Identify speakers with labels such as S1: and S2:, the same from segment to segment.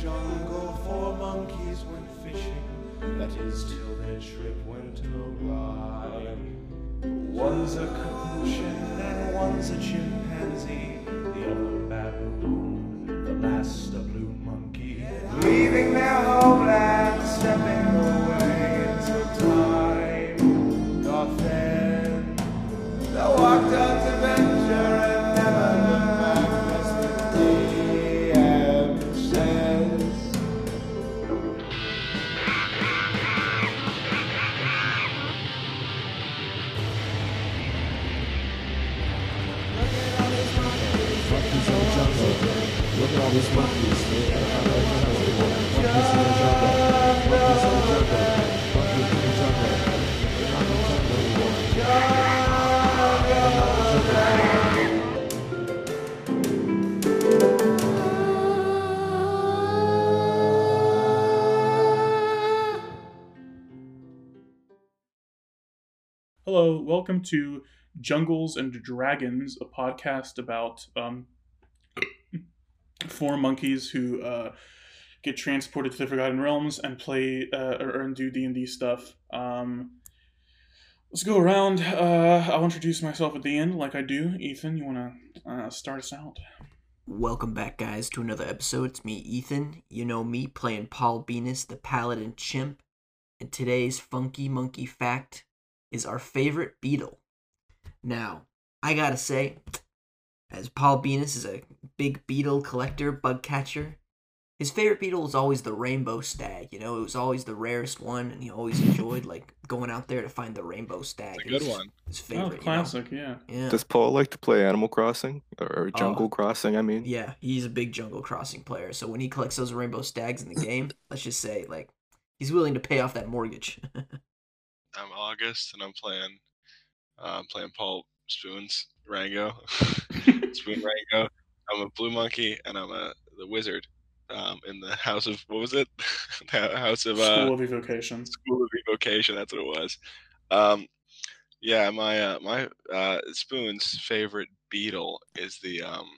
S1: jungle for monkeys went fishing. That is, till their trip went awry. One's a capuchin and one's a chimpanzee. The other baboon, the last a blue monkey. Leaving their homeland, stepping away into time. Doth end. They walked out to venture and never looked back. That's the DM says.
S2: Oh,
S3: Hello, welcome to Jungles and Dragons, a podcast about um, four monkeys who uh, get transported to the Forgotten Realms and play uh, or, and do D and D stuff. Um, let's go around. Uh, I'll introduce myself at the end, like I do. Ethan, you want to uh, start us out?
S4: Welcome back, guys, to another episode. It's me, Ethan. You know me, playing Paul Venus, the Paladin Chimp. And today's funky monkey fact is our favorite beetle. Now, I gotta say, as Paul Venus is a big beetle collector, bug catcher, his favorite beetle was always the rainbow stag. You know, it was always the rarest one, and he always enjoyed like going out there to find the rainbow stag.
S5: It's a
S4: It
S5: good
S4: was
S5: one.
S4: His
S3: Oh,
S4: favorite. you know?
S3: classic, yeah.
S4: Yeah.
S2: Does Paul like to play Animal Crossing or, or
S4: Oh.
S3: Uh,
S2: Jungle Crossing? I mean,
S4: Yeah, he's a big Jungle Crossing player. So when he collects those rainbow stags in the game, let's just say like he's willing to pay off that mortgage.
S5: I'm um, August, and I'm playing. Uh, I'm playing Paul Spoons Rango, Spoon Rango. I'm a blue monkey, and I'm a the wizard. Um, in the house of what was it? the house of uh,
S3: School of Evocation.
S5: School of Evocation. That's what it was. Um, yeah, my uh, my uh, Spoon's favorite beetle is the um,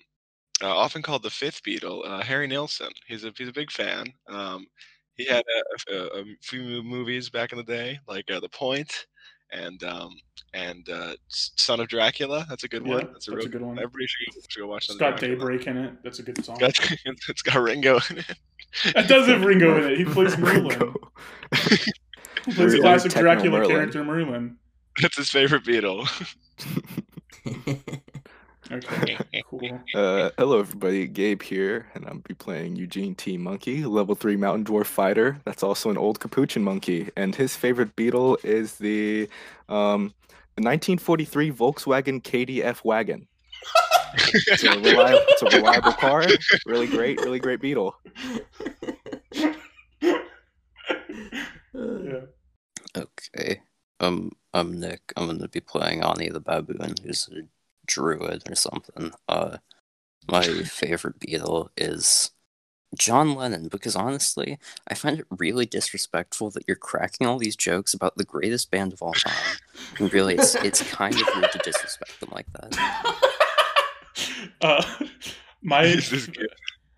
S5: uh, often called the fifth beetle, uh, Harry Nilsson. He's a he's a big fan. Um, he had a, a, a few mo- movies back in the day, like uh, The Point and um, and uh, S- Son of Dracula. That's a good
S3: Yeah,
S5: one. That's a,
S3: that's
S5: real
S3: a good one.
S5: Everybody should, should go watch.
S3: It's
S5: Son of
S3: got
S5: Dracula.
S3: Daybreak in it. That's a good song.
S5: That's, it's got Ringo in it.
S3: It does have Ringo in it. He plays Merlin.
S2: Ringo.
S3: He plays
S2: Really
S3: classic
S2: techno
S3: Dracula
S2: Merlin.
S3: character Merlin.
S5: That's his favorite beetle.
S3: Okay, cool.
S2: Uh, hello, everybody. Gabe here, and I'll be playing Eugene T. Monkey, level three mountain dwarf fighter. That's also an old capuchin monkey, and his favorite beetle is the um, 1943 Volkswagen KDF wagon. It's a, reliable, it's a reliable car. Really great, really great beetle.
S3: Yeah.
S6: Okay. Um, I'm Nick. I'm gonna be playing Ani the Baboon, who's a druid or something. Uh, my favorite beetle is John Lennon, because honestly, I find it really disrespectful that you're cracking all these jokes about the greatest band of all time. And really, it's it's kind of rude to disrespect them like that.
S3: uh, my
S5: This is good.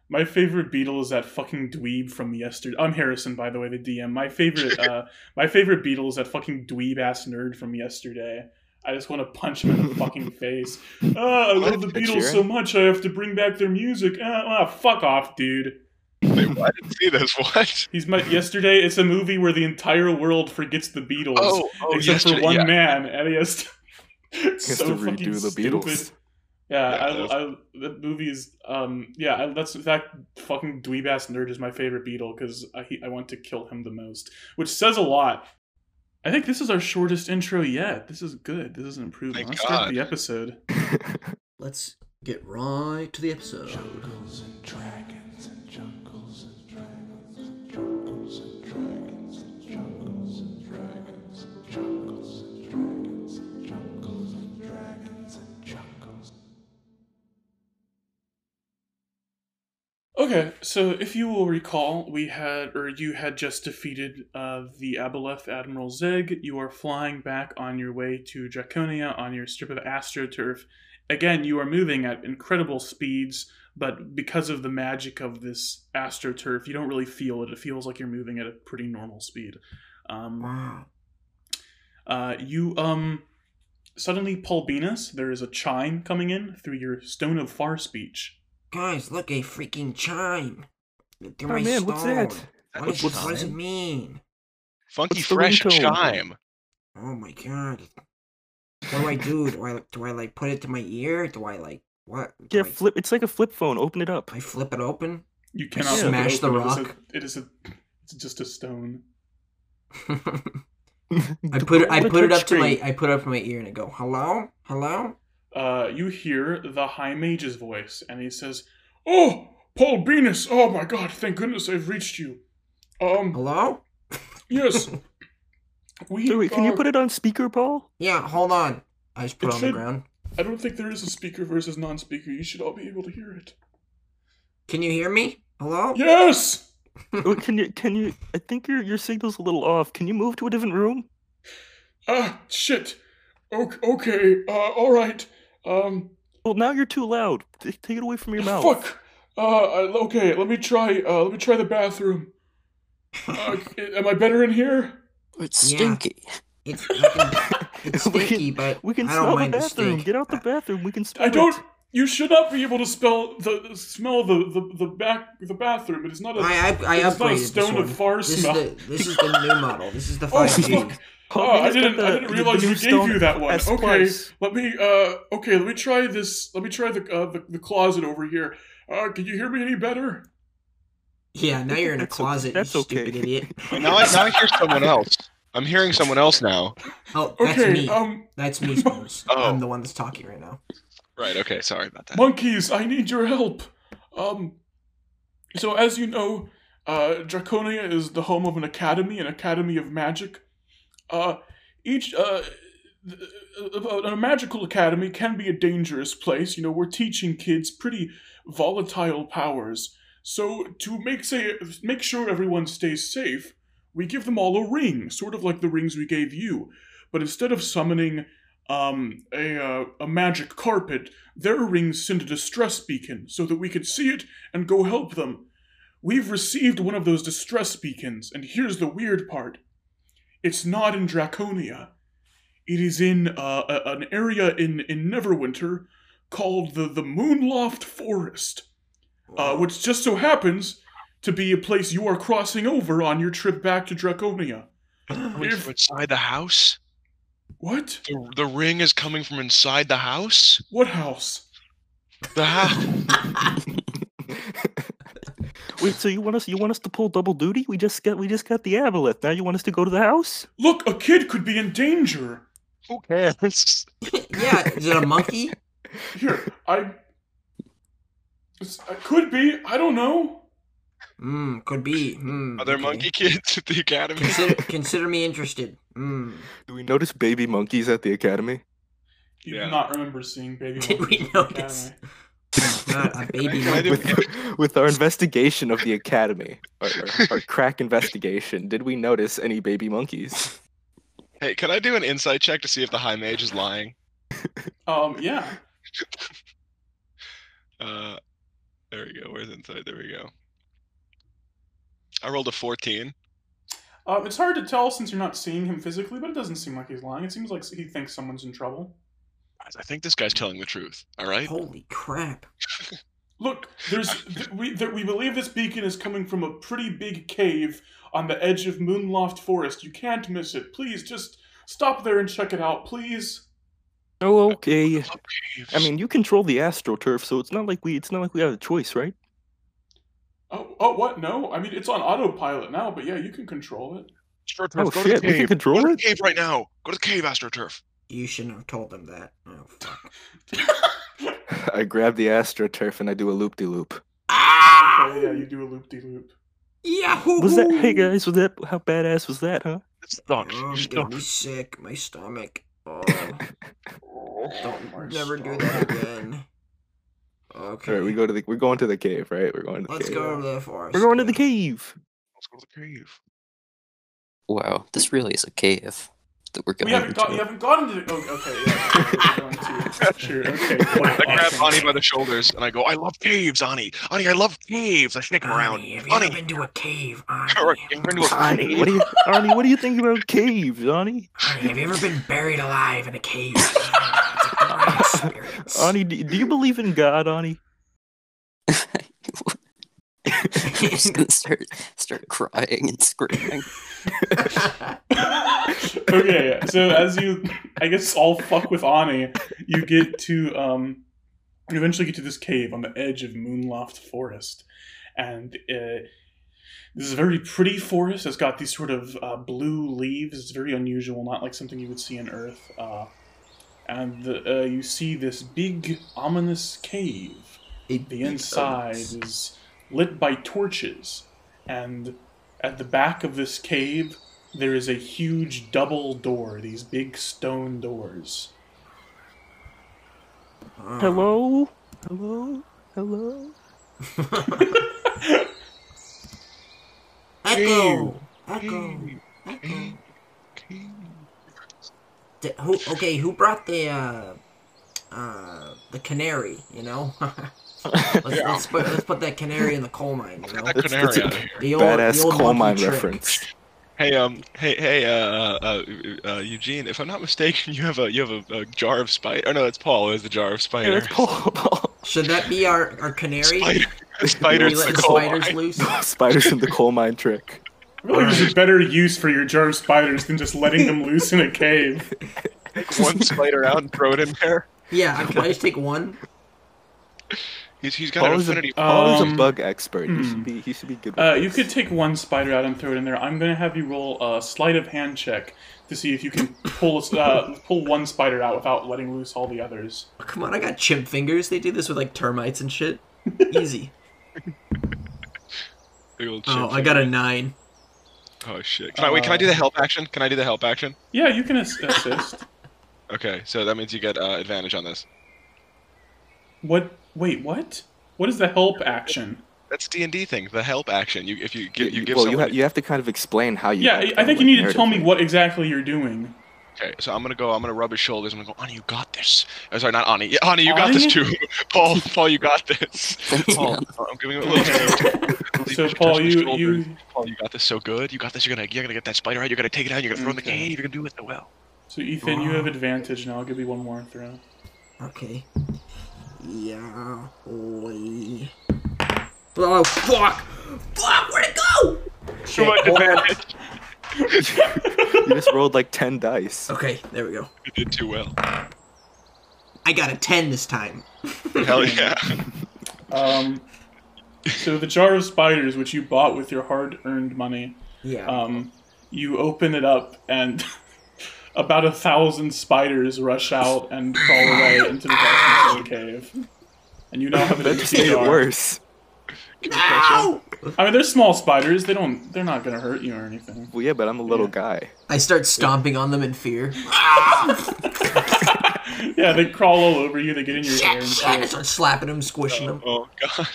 S3: my favorite Beatle is that fucking dweeb from yesterday. I'm Harrison, by the way, the DM. My favorite uh, my favorite Beatle is that fucking dweeb ass nerd from yesterday. I just want to punch him in the fucking face. Ah, I
S2: What?
S3: love the
S2: Ed
S3: Beatles
S2: Sheeran?
S3: so much. I have to bring back their music. Ah, ah, fuck off, dude.
S5: Wait, what? I didn't see this. What?
S3: He's met yesterday. It's a movie where the entire world forgets the Beatles
S5: Oh, oh,
S3: except
S5: yesterday,
S3: for one
S5: yeah.
S3: man, and he has to, it's
S2: He has
S3: so
S2: to
S3: fucking
S2: redo the
S3: stupid.
S2: Beatles.
S3: Yeah,
S5: Yeah, that was-
S3: I, I, that movie is, um, yeah, I, that's that fucking dweeb ass nerd is my favorite Beatle because I, he- I want to kill him the most, which says a lot. I think this is our shortest intro yet. This is good. This is an improvement.
S5: Thank
S3: Let's start
S5: God.
S3: the episode.
S4: Let's get right to the episode.
S1: Jungles and dragons and jungles and dragons and jungles and dragons and jungles and dragons and jungles and dragons and jungles and dragons and jungles.
S3: Okay, so if you will recall, we had, or you had just defeated uh, the Aboleth Admiral Zeg. You are flying back on your way to Draconia on your strip of astroturf. Again, you are moving at incredible speeds, But because of the magic of this astroturf, you don't really feel it. It feels like you're moving at a pretty normal speed. Um,
S4: Wow.
S3: uh, you um suddenly Paulbinus, there is a chime coming in through your stone of far speech.
S4: Guys, look, a freaking chime. Look through
S2: Oh
S4: my
S2: man, what's that?
S4: stone.
S5: That
S4: What, is,
S5: looks
S4: what does it
S6: fine.
S4: mean?
S5: Funky
S2: What's the
S5: fresh
S2: ringtone?
S5: chime.
S4: Oh my god. What do I do? Do I do I like put it to my ear? Do I like what? Do
S2: Yeah,
S4: I,
S2: flip. It's like a flip phone. Open it up.
S4: I flip it open.
S3: You cannot rip it
S4: smash the
S3: open. It is a-
S4: rock.
S3: It is a, it's just a stone.
S4: I put it, I
S2: What a
S4: put it up to my
S2: touchscreen.
S4: I put it up to my ear and I go hello hello.
S3: Uh, you hear the high mage's voice, and he says, "Oh, Paulbinus! Oh my God! Thank goodness I've reached you.
S2: Oh.
S3: Um,
S4: Hello?
S3: yes, we.
S2: Wait, wait, can you
S3: uh,
S2: put it on speaker, Paul?
S4: Yeah, hold on. I just
S3: It
S4: put it on the
S3: should-
S4: ground.
S3: I don't think there is a speaker versus non-speaker. You should all be able to hear it.
S4: Can you hear me? Hello?
S3: Yes.
S2: Or can you? Can you? I think your your signal's a little off. Can you move to a different room?
S3: Ah, shit. O- okay. Uh, all right. Um,
S2: Well, now you're too loud. T- Take it away from your mouth.
S3: fuck. Uh, I- okay. Let me try. Uh, let me try the bathroom. Uh, am I better in here?
S6: It's
S4: Yeah.
S6: stinky.
S4: It's fucking, it's
S2: We can-
S4: stinky, but
S2: We can
S4: I
S2: smell
S4: don't
S2: the
S4: mind
S2: bathroom.
S4: stink.
S2: Get out the
S4: I-
S2: bathroom. We can smell
S3: I don't.
S2: it.
S3: You should not be able to spell the smell the the, the back the bathroom. It is not a.
S4: I, I, I
S3: It's
S4: upgraded
S3: not a
S4: this
S3: stone
S4: one.
S3: of far
S4: this
S3: smell.
S4: Is the, this is the new model. This is the
S3: oh
S4: 5G.
S3: fuck!
S2: Paul
S3: Ah, I
S2: Venus got
S3: didn't. I
S2: the-
S3: didn't
S2: the
S3: realize
S2: new
S3: we gave
S2: stone
S3: you that one.
S2: S
S3: Okay.
S2: Plus.
S3: Let me. Uh. Okay. Let me try this. Let me try the uh, the, the closet over here. Uh. Can you hear me any better?
S4: Yeah, now you're in a
S2: That's okay-
S4: closet,
S2: that's
S4: you
S2: okay.
S4: stupid idiot.
S5: Now I, now I hear someone else. I'm hearing someone else now.
S4: Oh, that's
S3: Okay.
S4: me.
S3: Um.
S4: that's me, Spoons.
S5: Oh.
S4: I'm the one that's talking right now.
S5: Right. Okay. Sorry about that.
S3: Monkeys, I need your help. Um, so as you know, uh, Draconia is the home of an academy, an academy of magic. Uh, each uh, th- uh, a a magical academy can be a dangerous place. You know, we're teaching kids pretty volatile powers. So to make say make sure everyone stays safe, we give them all a ring, sort of like the rings we gave you. But instead of summoning um, a uh, a magic carpet, their rings sent a distress beacon so that we could see it and go help them. We've received one of those distress beacons, and here's the weird part it's not in Draconia. It is in uh, a- an area in, in Neverwinter called the, the Moonloft Forest, uh, which just so happens to be a place you are crossing over on your trip back to Draconia.
S5: Are we
S3: If-
S5: from inside the house?
S3: What?
S5: The, the ring is coming from inside the house?
S3: What house?
S5: The house.
S2: Wait, so you want us? You want us to pull double duty? We just got. We just got the aboleth. Now you want us to go to the house?
S3: Look, a kid could be in danger.
S5: Who cares?
S4: yeah, is it a monkey?
S3: Here, I. It's- It could be. I don't know.
S4: Hmm, could be. Hmm,
S5: Are there
S4: okay.
S5: monkey kids at the academy?
S4: Consider, consider me interested. Hmm.
S2: Do we notice baby monkeys at the academy?
S3: You
S5: Yeah.
S3: do not remember seeing baby.
S4: Did
S3: monkeys
S4: we
S3: in the
S4: notice?
S3: academy.
S4: Not a baby
S5: Can I do-
S4: monkey.
S2: With, with our investigation of the academy, our, our- our crack investigation, did we notice any baby monkeys?
S5: Hey, can I do an insight check to see if the high mage is lying?
S3: Um. Yeah.
S5: Uh, there we go. Where's inside? There we go. I rolled a 14.
S3: Um. It's hard to tell since you're not seeing him physically, but it doesn't seem like he's lying. It seems like he thinks someone's in trouble.
S5: Guys, I think this guy's telling the truth. All right.
S4: Holy crap.
S3: Look, there's th- we th- we believe this beacon is coming from a pretty big cave on the edge of Moonloft Forest. You can't miss it. Please, just stop there and check it out, please.
S2: Oh, okay. I
S5: Jeez.
S2: mean, you control the astroturf, so it's not like we. It's not like we have a choice, right?
S3: Oh, oh, what? No, I mean it's on autopilot now, but yeah, you can control it.
S5: Astroturf,
S2: Oh
S5: go
S2: shit,
S5: to the
S2: we can
S5: cave.
S2: control
S5: Go to the
S2: it.
S5: cave right now. Go to the cave, AstroTurf.
S4: You shouldn't have told them that. Oh, fuck.
S2: I grab the astroturf and I do a loop de loop.
S4: Ah!
S3: Oh yeah, you do a loop de loop.
S4: Yahoo!
S2: Was that? Hey guys, was that? How badass was that, huh?
S4: Oh, I'm gonna be sick. My stomach. Oh, don't never do that again. Okay.
S2: All right, we go to the. We're going to the cave, right? We're going to the
S4: Let's
S2: cave.
S4: go to the forest.
S2: We're going to the
S4: now.
S2: cave.
S5: Let's go to the cave.
S6: Wow, this really is a cave. that we're
S3: We
S6: going
S3: haven't got. You
S6: to.
S3: haven't gotten to. The, oh, okay. Yeah. we're going to- sure. Okay. cool,
S5: I grab
S3: awesome.
S5: Ani by the shoulders and I go, I love caves, Ani. Ani, I love caves. I shake him around.
S4: Arnie, have you ever
S5: Ani,
S4: been to a cave?
S5: or
S4: Arnie?
S5: get into a
S2: Arnie, what do you, Arnie, what do you think about caves, Arnie?
S4: Arnie, have you ever been buried alive in a cave? It's a great experience.
S2: Arnie, do, do you believe in God, Arnie?
S6: He's just gonna start start crying and screaming.
S3: okay, so as you, I guess, all fuck with Ani, you get to, um, you eventually get to this cave on the edge of Moonloft Forest, and uh, this is a very pretty forest. It's got these sort of uh, blue leaves. It's very unusual, not like something you would see in Earth. Uh, and the, uh, you see this big ominous cave
S4: It
S3: the
S4: beats
S3: inside
S4: us.
S3: is lit by torches, and at the back of this cave, there is a huge double door, these big stone doors.
S4: Oh.
S2: Hello? Hello? Hello?
S4: Echo. Echo. Echo. D- who? Okay, who brought the uh, uh, the canary? You know, let's, let's, put, let's put that canary in the coal mine. You know,
S5: That canary
S2: that's a-
S5: out of here.
S4: the
S2: Badass coal
S4: monkey
S2: mine
S4: trick.
S2: reference.
S5: Hey, um, hey, hey, uh, uh, uh, uh, Eugene. If I'm not mistaken, you have a you have a, a jar of spider. Oh no, that's Paul. Is the jar of
S2: Hey,
S5: spider?
S2: that's Paul. Paul.
S4: Should that be our our canary?
S5: Spider.
S4: Are
S5: Spider.
S4: we letting
S5: the coal
S4: spiders
S5: mine.
S4: loose?
S2: Spiders in the coal mine trick.
S3: Really, there's a better use for your jar of spiders than just letting them loose in a cave.
S5: Take one spider out and throw it in there.
S4: Yeah, I- can I just take one?
S5: He's he's got an
S2: Paul is, a,
S5: affinity.
S2: Paul is Oh, a
S3: Um,
S2: bug expert. He
S3: hmm.
S2: should be. He should be good. With
S3: Uh, you
S2: this.
S3: could take one spider out and throw it in there. I'm gonna have you roll a sleight of hand check to see if you can pull uh, pull one spider out without letting loose all the others.
S4: Oh, Come on, I got chimp fingers. They do this with like termites and shit. Easy.
S5: Big old
S4: Oh,
S5: chip
S4: I got a nine.
S5: Oh shit! Can I, wait, can I do
S3: Uh,
S5: the help action? Can I do the help action?
S3: Yeah, you can ass- assist.
S5: Okay, so that means you get uh, advantage on this.
S3: What? Wait, what? What is the help action?
S5: That's D and D thing. The help action. You if you give you, give
S2: well, you, ha-
S5: somebody.
S2: you have to kind of explain how you.
S3: Yeah,
S2: help
S3: I- I
S2: them,
S3: think you
S2: like,
S3: need to tell me
S2: narratively.
S3: what exactly you're doing.
S5: Okay, so I'm gonna go. I'm gonna rub his shoulders. I'm gonna go. Ani, you got this. Oh, sorry, not Ani. Yeah, Ani, you got this
S3: Ani?
S5: too. Paul, Paul, you got this.
S6: Thank you.
S5: Paul, I'm giving him a little.
S3: So, Paul, you you
S5: Paul, you got this so good. You got this. You're gonna you're gonna get that spider out. You're gonna take it out. You're gonna throw it in the
S3: Okay.
S5: cave. You're gonna do it so well.
S3: so Ethan, you have advantage now. I'll give you one more throw.
S4: Okay. Yeah. Holy. Oh fuck! Fuck! Where'd it go? Shit, hold on.
S2: You just rolled like ten dice.
S4: Okay, there we go.
S5: You did too well.
S4: I got a ten this time.
S5: Hell yeah.
S3: Um, so the jar of spiders, which you bought with your hard-earned money,
S4: Yeah.
S3: um, you open it up and about a thousand spiders rush out and crawl away into the darkness of the cave. And you now have an
S2: That just
S3: empty
S2: made it
S3: jar.
S2: worse.
S4: Ow!
S3: I mean, they're small spiders. They don't. They're not gonna hurt you or anything.
S2: Well, yeah, but I'm a little guy.
S4: I start stomping on them in fear.
S3: Yeah, they crawl all over you. They get in your hair
S4: Shit!
S3: and
S4: Shit!
S3: shit.
S4: I start slapping them, squishing them.
S5: Oh god.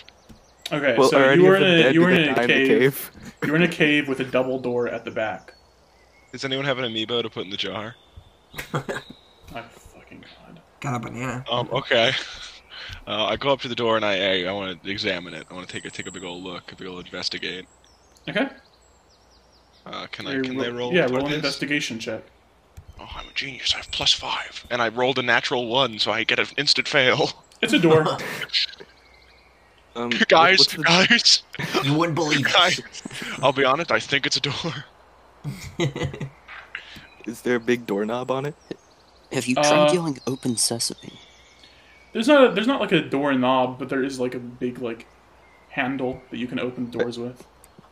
S3: Okay,
S2: Well,
S3: so
S2: are
S3: you
S2: any of
S3: were in
S2: them
S3: a
S2: dead?
S3: you
S2: Do
S3: were
S2: they
S3: in a
S2: die
S3: cave, you were in a cave with a double door at the back.
S5: Does anyone have an amiibo to put in the jar?
S3: My fucking god.
S4: Got a banana.
S5: Um. Okay. Uh, I go up to the door and I I, I want to examine it. I want to take a take a big old look, a big old investigate.
S3: Okay.
S5: Uh, can
S3: Hey,
S5: I can
S3: ro-
S5: they roll?
S3: Yeah,
S5: for
S3: roll an
S5: this?
S3: investigation check.
S5: Oh, I'm a genius. I have plus five, and I rolled a natural one, so I get an instant fail.
S3: It's a door.
S2: Um,
S5: guys,
S2: what's the-
S5: guys,
S4: You wouldn't believe
S5: guys.
S4: it.
S5: I'll be honest. I think it's a door.
S2: is there a big doorknob on it?
S6: Have you
S3: Uh,
S6: tried yelling "Open Sesame"?
S3: there's not a, there's not like a door knob, but there is like a big like handle that you can open doors with.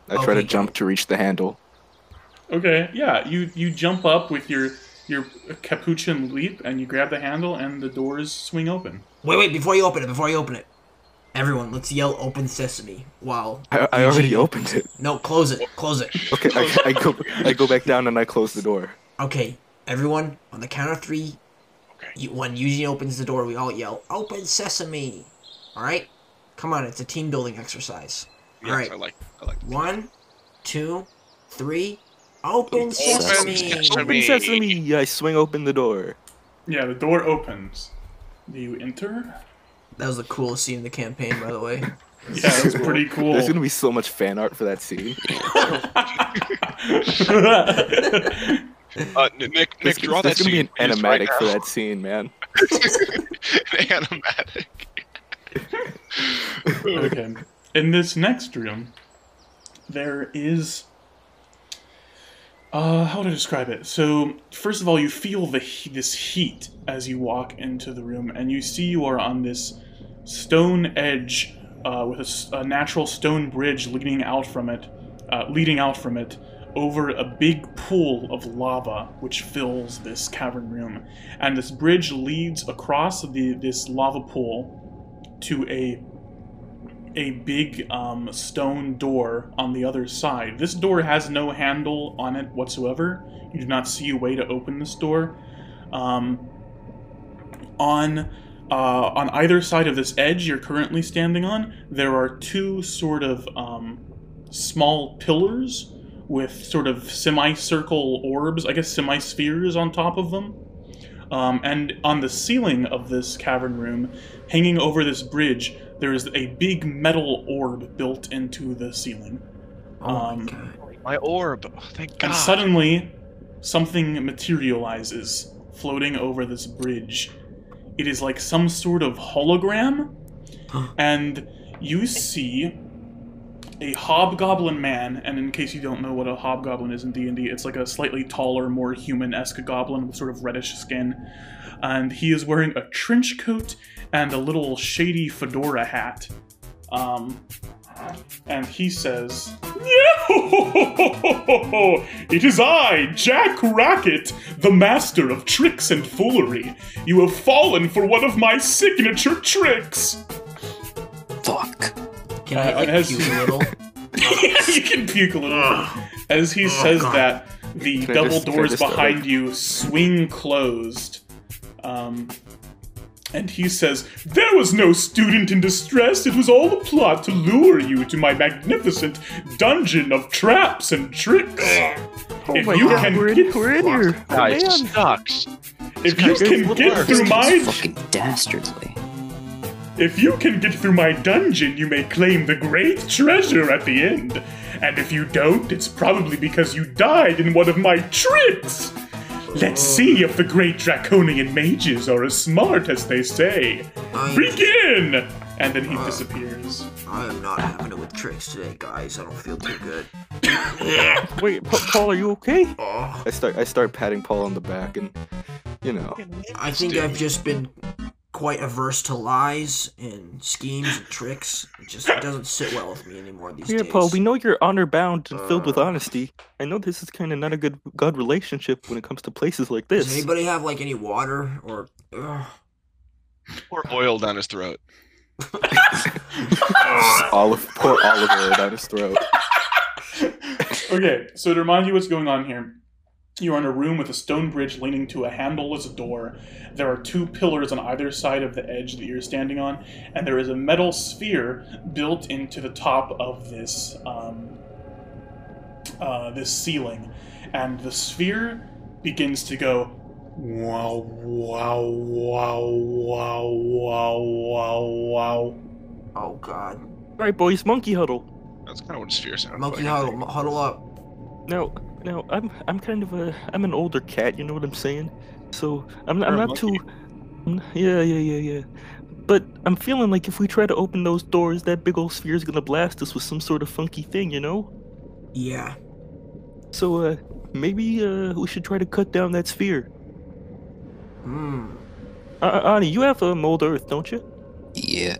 S2: I try to
S4: Okay.
S2: jump to reach the handle.
S3: Okay. Yeah, you you jump up with your your capuchin leap and you grab the handle and the doors swing open.
S4: Wait, wait! Before you open it, before you open it, everyone, let's yell "Open Sesame!" Wow.
S2: I, I already opened it.
S4: No, close it. Close it.
S2: Okay, I, I go. I go back down and I close the door.
S4: Okay, everyone, on the count of three, you, when Eugene opens the door, we all yell, Open Sesame! Alright? Come on, it's a team building exercise.
S5: Yes,
S4: Alright.
S5: I like. I like.
S4: One, two, three, Open sesame.
S6: Sesame.
S5: Sesame.
S2: Open sesame! I swing open the door.
S3: Yeah, the door opens. Do you enter?
S4: That was the coolest scene in the campaign, by the way.
S3: Yeah, that's pretty cool.
S2: There's gonna be so much fan art for that scene.
S5: Uh, Nick, Nick,
S2: There's,
S5: draw
S2: there's
S5: that
S2: gonna be
S5: scene.
S2: an
S5: please, right
S2: animatic for
S5: now.
S2: that scene, man.
S5: an animatic.
S3: okay. In this next room, there is. Uh, how would I describe it? So, first of all, you feel the he- this heat as you walk into the room, and you see you are on this stone edge uh, with a s- a, natural stone bridge leading out from it, uh, leading out from it, over a big pool of lava which fills this cavern room, and this bridge leads across the this lava pool to a a big um, stone door on the other side. This door has no handle on it whatsoever. You do not see a way to open this door. Um, on uh, on either side of this edge you're currently standing on, there are two sort of um, small pillars with sort of semicircle orbs, I guess semispheres on top of them. Um, and on the ceiling of this cavern room, hanging over this bridge, there is a big metal orb built into the ceiling.
S4: Oh my
S3: Um,
S4: god.
S5: My orb. Oh, thank God.
S3: And suddenly, something materializes floating over this bridge. It is like some sort of hologram, and you see a hobgoblin man. And in case you don't know what a hobgoblin is in D and D, it's like a slightly taller, more human-esque goblin with sort of reddish skin, and he is wearing a trench coat and a little shady fedora hat. Um, and he says, "Yo! It is I, Jack Racket, the master of tricks and foolery. You have fallen for one of my signature tricks."
S6: Fuck.
S4: Can
S3: Uh,
S4: I
S3: it has-
S4: like, puke a little?
S3: you can puke a little. As he says that, the
S2: Can I
S3: double
S2: just- can I
S3: doors
S2: just, uh,
S3: behind you swing closed. Um, and he says, There was no student in distress. It was all a plot to lure you to my magnificent dungeon of traps and tricks.
S2: Oh
S3: If you can
S2: we're in,
S3: get
S2: we're in here. Oh,
S5: Guys,
S2: man.
S5: sucks.
S3: If you
S2: Guys,
S3: can
S2: what
S3: get
S2: works?
S3: through
S6: This kid's
S3: my
S6: fucking dastardly.
S3: If you can get through my dungeon, you may claim the great treasure at the end. And if you don't, it's probably because you died in one of my tricks. Let's see if the great draconian mages are as smart as they say.
S4: I'm,
S3: Begin! And then he disappears.
S4: I am not having it with tricks today, guys. I don't feel too good.
S2: Wait, Pa- Paul, are you okay?
S4: Oh,
S2: I start I start patting Paul on the back and you know.
S4: I think I've just been quite averse to lies and schemes and tricks. It just doesn't sit well with me anymore these
S2: Here,
S4: days.
S2: Paul, we know you're honor bound and filled with
S4: Uh.
S2: honesty. I know this is kinda not a good good relationship when it comes to places like
S4: Does
S2: this.
S4: anybody have like any water or? Ugh.
S5: Pour oil down his throat.
S2: Olive pour olive oil down his throat.
S3: okay, so to remind you what's going on here, you're in a room with a stone bridge leaning to a handleless door. There are two pillars on either side of the edge that you're standing on, and there is a metal sphere built into the top of this um, uh, this ceiling, and the sphere begins to go. Wow! Wow! Wow! Wow! Wow! Wow! Wow!
S4: Oh God.
S2: Alright boys, monkey huddle.
S5: That's kind of what a sphere sounds
S4: Monkey
S5: like.
S4: huddle, mo- huddle up.
S2: Now, now I'm I'm kind of a I'm an older cat. You know what I'm saying? So I'm I'm
S3: You're a
S2: not too.
S3: monkey.
S2: Mm, Yeah, yeah, yeah, yeah. But I'm feeling like if we try to open those doors, that big old sphere's gonna blast us with some sort of funky thing, you know?
S4: Yeah.
S2: So uh, maybe uh we should try to cut down that sphere.
S4: Hmm.
S2: Uh, uh, Ani, you have a mold Earth, don't you?
S6: Yeah.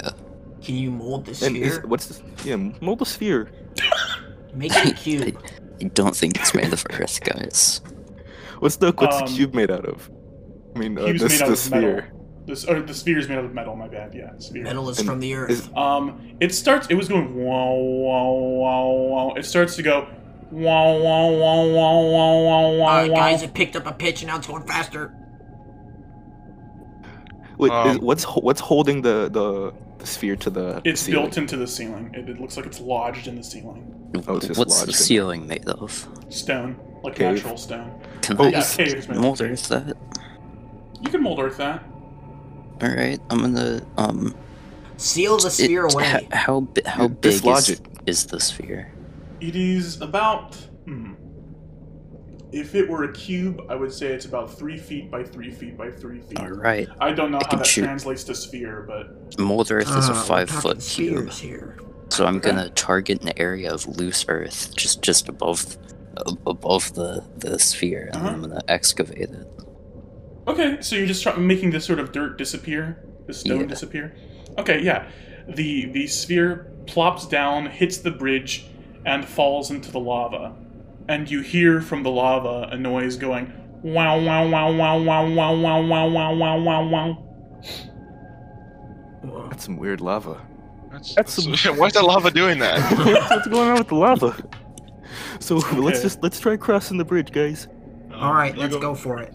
S4: Can you mold this sphere?
S2: what's this? Yeah, mold a sphere.
S4: Make it cute.
S6: I don't think it's made of earth, guys.
S2: What's the what's the
S3: Um,
S2: cube made out of? I mean, uh,
S3: Cube's
S2: this
S3: made out
S2: the
S3: of
S2: sphere.
S3: metal. This or the sphere is made out of metal. My bad. Yeah, sphere.
S4: Metal is
S2: And
S4: from the earth.
S2: is-
S3: Um, it starts. It was going wow, wow, wow, wow. It starts to go wow, wow, wow, wow, wow, wow, wow.
S4: All right,
S3: wow.
S4: guys, it picked up a pitch and now it's going faster.
S2: Wait,
S5: Um,
S2: is, what's ho- what's holding the the, the sphere to the? the
S3: it's
S2: ceiling?
S3: built into the ceiling. It, it looks like it's lodged in the ceiling.
S2: Oh, it's just
S6: What's the
S2: lodging.
S6: ceiling made of?
S3: Stone. Like
S2: Cave.
S3: natural stone.
S6: Can
S2: Oh,
S6: I
S2: yeah,
S6: just
S3: cave's made of
S6: mold
S3: cave.
S6: earth that?
S3: You can mold earth that.
S6: Alright, I'm gonna um
S4: Seal the sphere
S6: it-
S4: away.
S6: h- how bi- how
S2: You
S6: big
S2: dislodge it.
S6: is, is the sphere?
S3: It is about. Hmm, if it were a cube, I would say it's about three feet by three feet by three feet.
S6: Alright.
S3: I don't know
S6: I
S3: how
S6: can
S3: that
S6: shoot.
S3: translates to sphere, but
S6: Mold earth is a
S4: Ah, we're
S6: five
S4: talking
S6: foot cube.
S4: spheres here.
S6: So I'm
S3: Okay.
S6: gonna target an area of loose earth just just above ab- above the the sphere and
S3: Uh-huh.
S6: I'm gonna excavate it.
S3: okay. So you're just try- making this sort of dirt disappear, the stone
S6: Yeah.
S3: disappear. Okay, yeah. The the sphere plops down, hits the bridge, and falls into the lava. And you hear from the lava a noise going wow wow wow wow wow wow wow wow wow wow wow wow.
S2: That's some weird lava.
S5: That's,
S2: That's
S5: that's- why is that lava doing that?
S2: What's what's going on with the lava? So
S3: Okay.
S2: let's just let's try crossing the bridge, guys.
S5: Um,
S4: All right, let's go for it.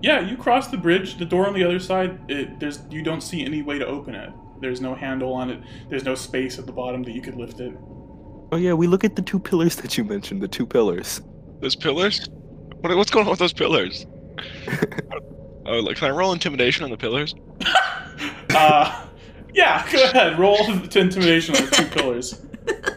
S3: Yeah, you cross the bridge. The door on the other side, it, there's you don't see any way to open it. There's no handle on it. There's no space at the bottom that you could lift it.
S2: Oh yeah, we look at the two pillars that you mentioned. The two pillars.
S5: Those pillars? What, what's going on with those pillars? oh, like, can I roll intimidation on the pillars?
S3: Uh, yeah, go ahead. Roll to intimidation on the two pillars.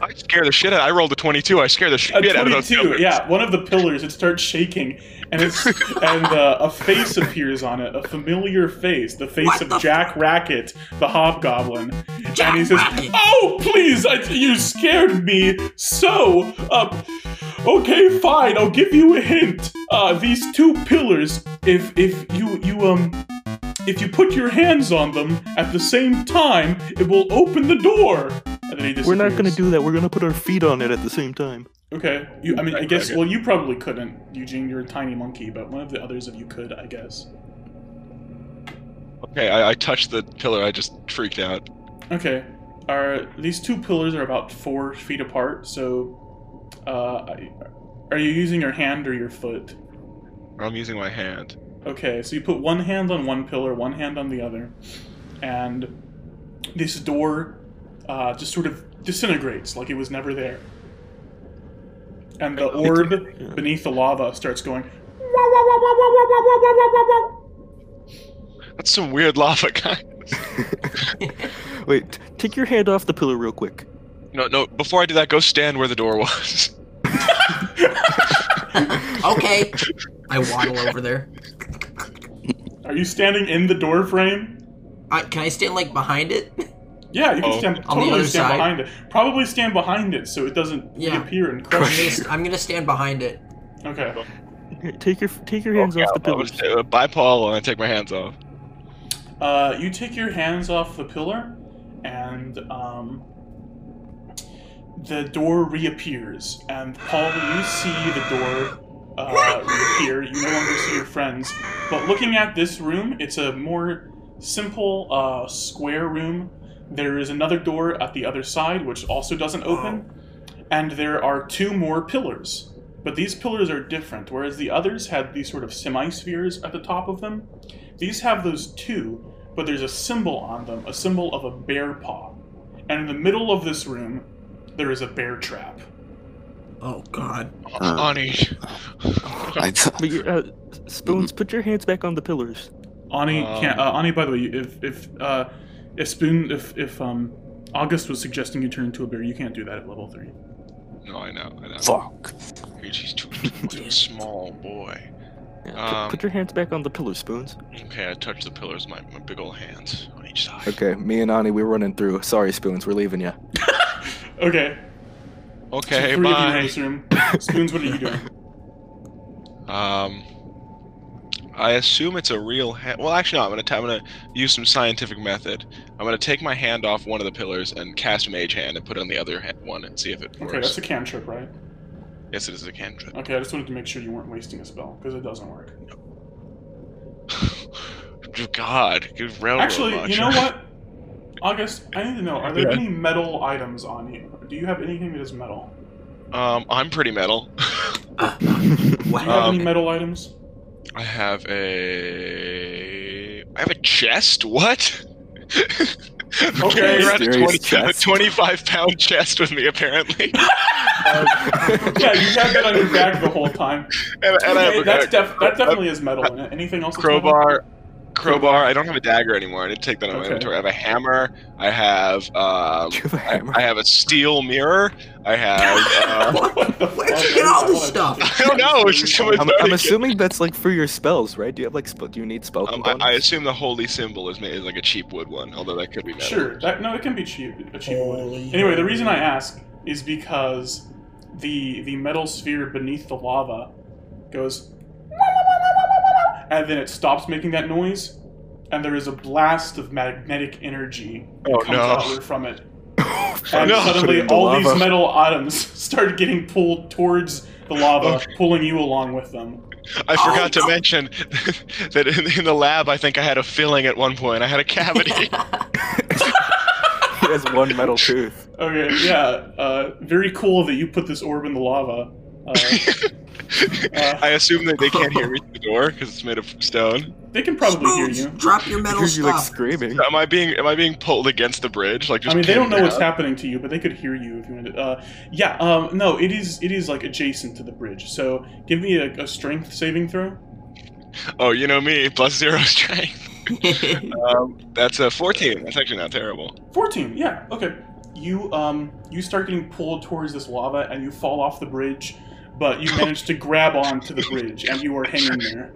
S5: I scare the shit out. I rolled a 22. I scare the
S3: A
S5: shit out of those
S3: twenty-two.
S5: pillars.
S3: Yeah, one of the pillars it starts shaking, and it's and uh, a face appears on it. A familiar face, the face
S4: What
S3: of
S4: the f-
S3: Jack Racket, the hobgoblin.
S4: Jack
S3: and he says,
S4: Rabbit!
S3: "Oh, please! I, you scared me so. Uh, okay, fine. I'll give you a hint. Uh, these two pillars. If if you you um." If you put your hands on them at the same time, it will open the door. And then he
S2: We're not gonna
S3: disappears.
S2: do that. We're gonna put our feet on it at the same time.
S3: Okay. You, I mean, I
S5: Okay,
S3: guess.
S5: okay.
S3: Well, you probably couldn't, Eugene. You're a tiny monkey, but one of the others of you could, I guess.
S5: Okay, I, I touched the pillar. I just freaked out.
S3: Okay. Are these two pillars are about four feet apart? So, uh, I- are you using your hand or your foot?
S5: I'm using my hand.
S3: Okay. So you put one hand on one pillar, one hand on the other, and this door uh, just sort of disintegrates like it was never there. And the orb
S2: Yeah.
S3: beneath the lava starts going.
S5: That's some weird lava, guy.
S2: Wait, t- take your hand off the pillar real quick.
S5: No, no, before I do that, go stand where the door was.
S4: Okay. I waddle over there.
S3: Are you standing in the door frame?
S4: I, can I stand like behind it?
S3: Yeah, you can
S5: Oh.
S3: stand
S4: On the
S3: totally
S4: other
S3: stand
S4: side.
S3: behind it. Probably stand behind it so it doesn't
S4: Yeah.
S3: reappear and
S4: I'm
S3: crush
S4: gonna,
S3: you.
S4: st- I'm gonna stand behind it.
S3: Okay.
S2: Here, Take your take your hands
S5: Okay,
S2: off the
S5: I'll- I'll
S2: pillars.
S5: just, uh, Bye, Paul, and I take my hands off.
S3: Uh, you take your hands off the pillar, and um, the door reappears. And Paul, you see the door uh, reappear. You no longer see your friends. But looking at this room, it's a more simple uh, square room. There is another door at the other side, which also doesn't open. And there are two more pillars. But these pillars are different. Whereas the others had these sort of semi spheres at the top of them, these have those two, but there's a symbol on them, a symbol of a bear paw. And in the middle of this room, there is a bear trap.
S4: Oh God.
S6: Uh.
S5: Ani.
S6: I,
S2: But your, uh, spoons, put your hands back on the pillars.
S3: Ani
S5: Um.
S3: can't. Uh, Ani, by the way, you- if if uh, if Spoon, if if um, August was suggesting you turn into a bear, you can't do that at level three.
S5: No, I know, I know.
S6: fuck.
S5: He's too, too small, boy.
S2: Yeah, put-
S5: Um.
S2: put your hands back on the pillars, spoons.
S5: Okay, I touch the pillars with my, my big old hands on each side.
S2: Okay, me and Ani, we're running through. Sorry, spoons, we're leaving you.
S3: Okay. so three
S5: Okay,
S3: of you are in
S5: bye.
S3: this room. Spoons, what are you doing?
S5: Um, I assume it's a real hand. Well, actually, no. I'm gonna t- I'm gonna use some scientific method. I'm gonna take my hand off one of the pillars and cast Mage Hand and put it on the other hand, one and see if it works.
S3: Okay, that's a cantrip, right?
S5: yes, it is a cantrip.
S3: Okay, I just wanted to make sure you weren't wasting a spell because it doesn't work.
S5: God, good railroad
S3: Actually, you
S5: launcher.
S3: know what? August, I need to know: Are there any metal items on you? Do you have anything that is metal?
S5: Um, I'm pretty metal.
S3: Do you have
S4: Wow.
S3: any metal items?
S5: I have a. I have a chest. What?
S3: Okay,
S5: Around a
S2: mysterious
S5: 20
S2: chest.
S5: 25 pound chest with me, apparently.
S3: yeah, you have that on your back the whole time.
S5: And, and I have
S3: Okay,
S5: a-
S3: that's def- that definitely is metal in it. Anything else? that's metal?
S5: crowbar. Crowbar. I don't have a dagger anymore. I did take that on my
S3: Okay.
S5: inventory. I have a hammer. I have um,
S2: You have a hammer.
S5: I have a steel mirror. I have. Uh,
S3: What the
S4: Where'd
S3: fuck?
S4: you get all this
S3: What a-
S4: stuff?
S5: I don't know. It's just someone's
S2: I'm,
S5: voting
S2: I'm
S5: it.
S2: assuming that's like for your spells, right? Do you have like spell? Do you need spell
S5: Um, I,
S2: components?
S5: I assume the holy symbol is made is like a cheap wood one, although that could be metal.
S3: Sure. That, no, it can be cheap. Achievable.
S4: Holy-
S3: Anyway, the reason I ask is because the the metal sphere beneath the lava goes, and then it stops making that noise, and there is a blast of magnetic energy that
S5: Oh,
S3: comes
S5: no. Oh,
S3: outward from it, and
S5: no.
S3: suddenly
S2: The
S3: all these
S2: lava.
S3: metal items start getting pulled towards the lava, pulling you along with them.
S4: Oh,
S5: I forgot
S4: no.
S5: to mention that in, in the lab, I think I had a filling at one point. I had a cavity.
S2: he has one metal tooth.
S3: Okay, yeah, uh, very cool that you put this orb in the lava. Uh,
S5: I assume that they can't hear me through the door because it's made of stone.
S3: They can probably hear
S4: Spoons,
S3: you.
S4: Drop your metal
S2: Hears you like
S4: stuff.
S2: screaming.
S5: Am I being am I being pulled against the bridge? Like
S3: I
S5: just
S3: mean, they don't know
S5: pinned
S3: what's
S5: down?
S3: happening to you, but they could hear you if you wanted. Uh, yeah, um, no, it is it is like adjacent to the bridge. So give me a, a strength saving throw.
S5: Oh, you know me, plus zero strength.
S4: Um,
S5: That's a fourteen. That's actually not terrible.
S3: Fourteen. Yeah. Okay. You um you start getting pulled towards this lava and you fall off the bridge, but you manage to grab onto the bridge and you are hanging there.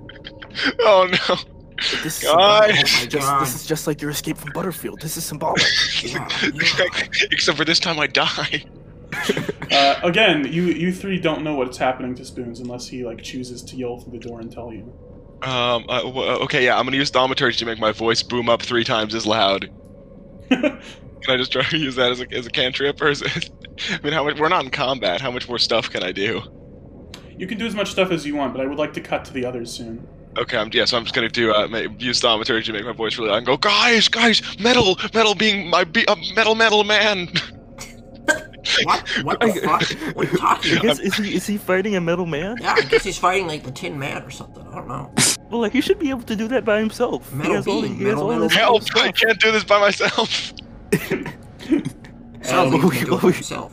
S5: Oh no!
S2: This is
S5: Guys!
S2: symbolic.
S4: Oh my
S2: Just-
S4: God.
S2: this is just like your escape from Butterfield. This is symbolic.
S4: Yeah, yeah.
S5: Except for this time, I die.
S3: Uh, again, you you three don't know what's happening to Spoons unless he like chooses to yell through the door and tell you.
S5: Um. Uh, w- uh, okay. Yeah. I'm gonna use thaumaturgy to make my voice boom up three times as loud. Can I just try to use that as a, as a cantrip, or is it? I mean, how much? We're not in combat. How much more stuff can I do?
S3: you can do as much stuff as you want, but I would like to cut to the others soon.
S5: Okay. I'm yeah. So I'm just gonna do uh, ma- use thaumaturgy to make my voice really loud and go, guys, guys, metal, metal, being my be- uh, metal, metal man.
S4: What? What the fuck? What are you talking
S2: I
S4: about?
S2: guess is he is he fighting a metal man?
S4: Yeah, I guess he's fighting like the Tin Man or something. I don't know.
S2: Well, like he should be able to do that by himself.
S4: Metal
S2: he has all,
S4: beam,
S2: he has
S4: metal,
S2: all
S4: metal
S2: his
S4: beam.
S5: Help! I can't do this by myself.
S4: Sounds like he can do it
S2: Oh,
S4: himself.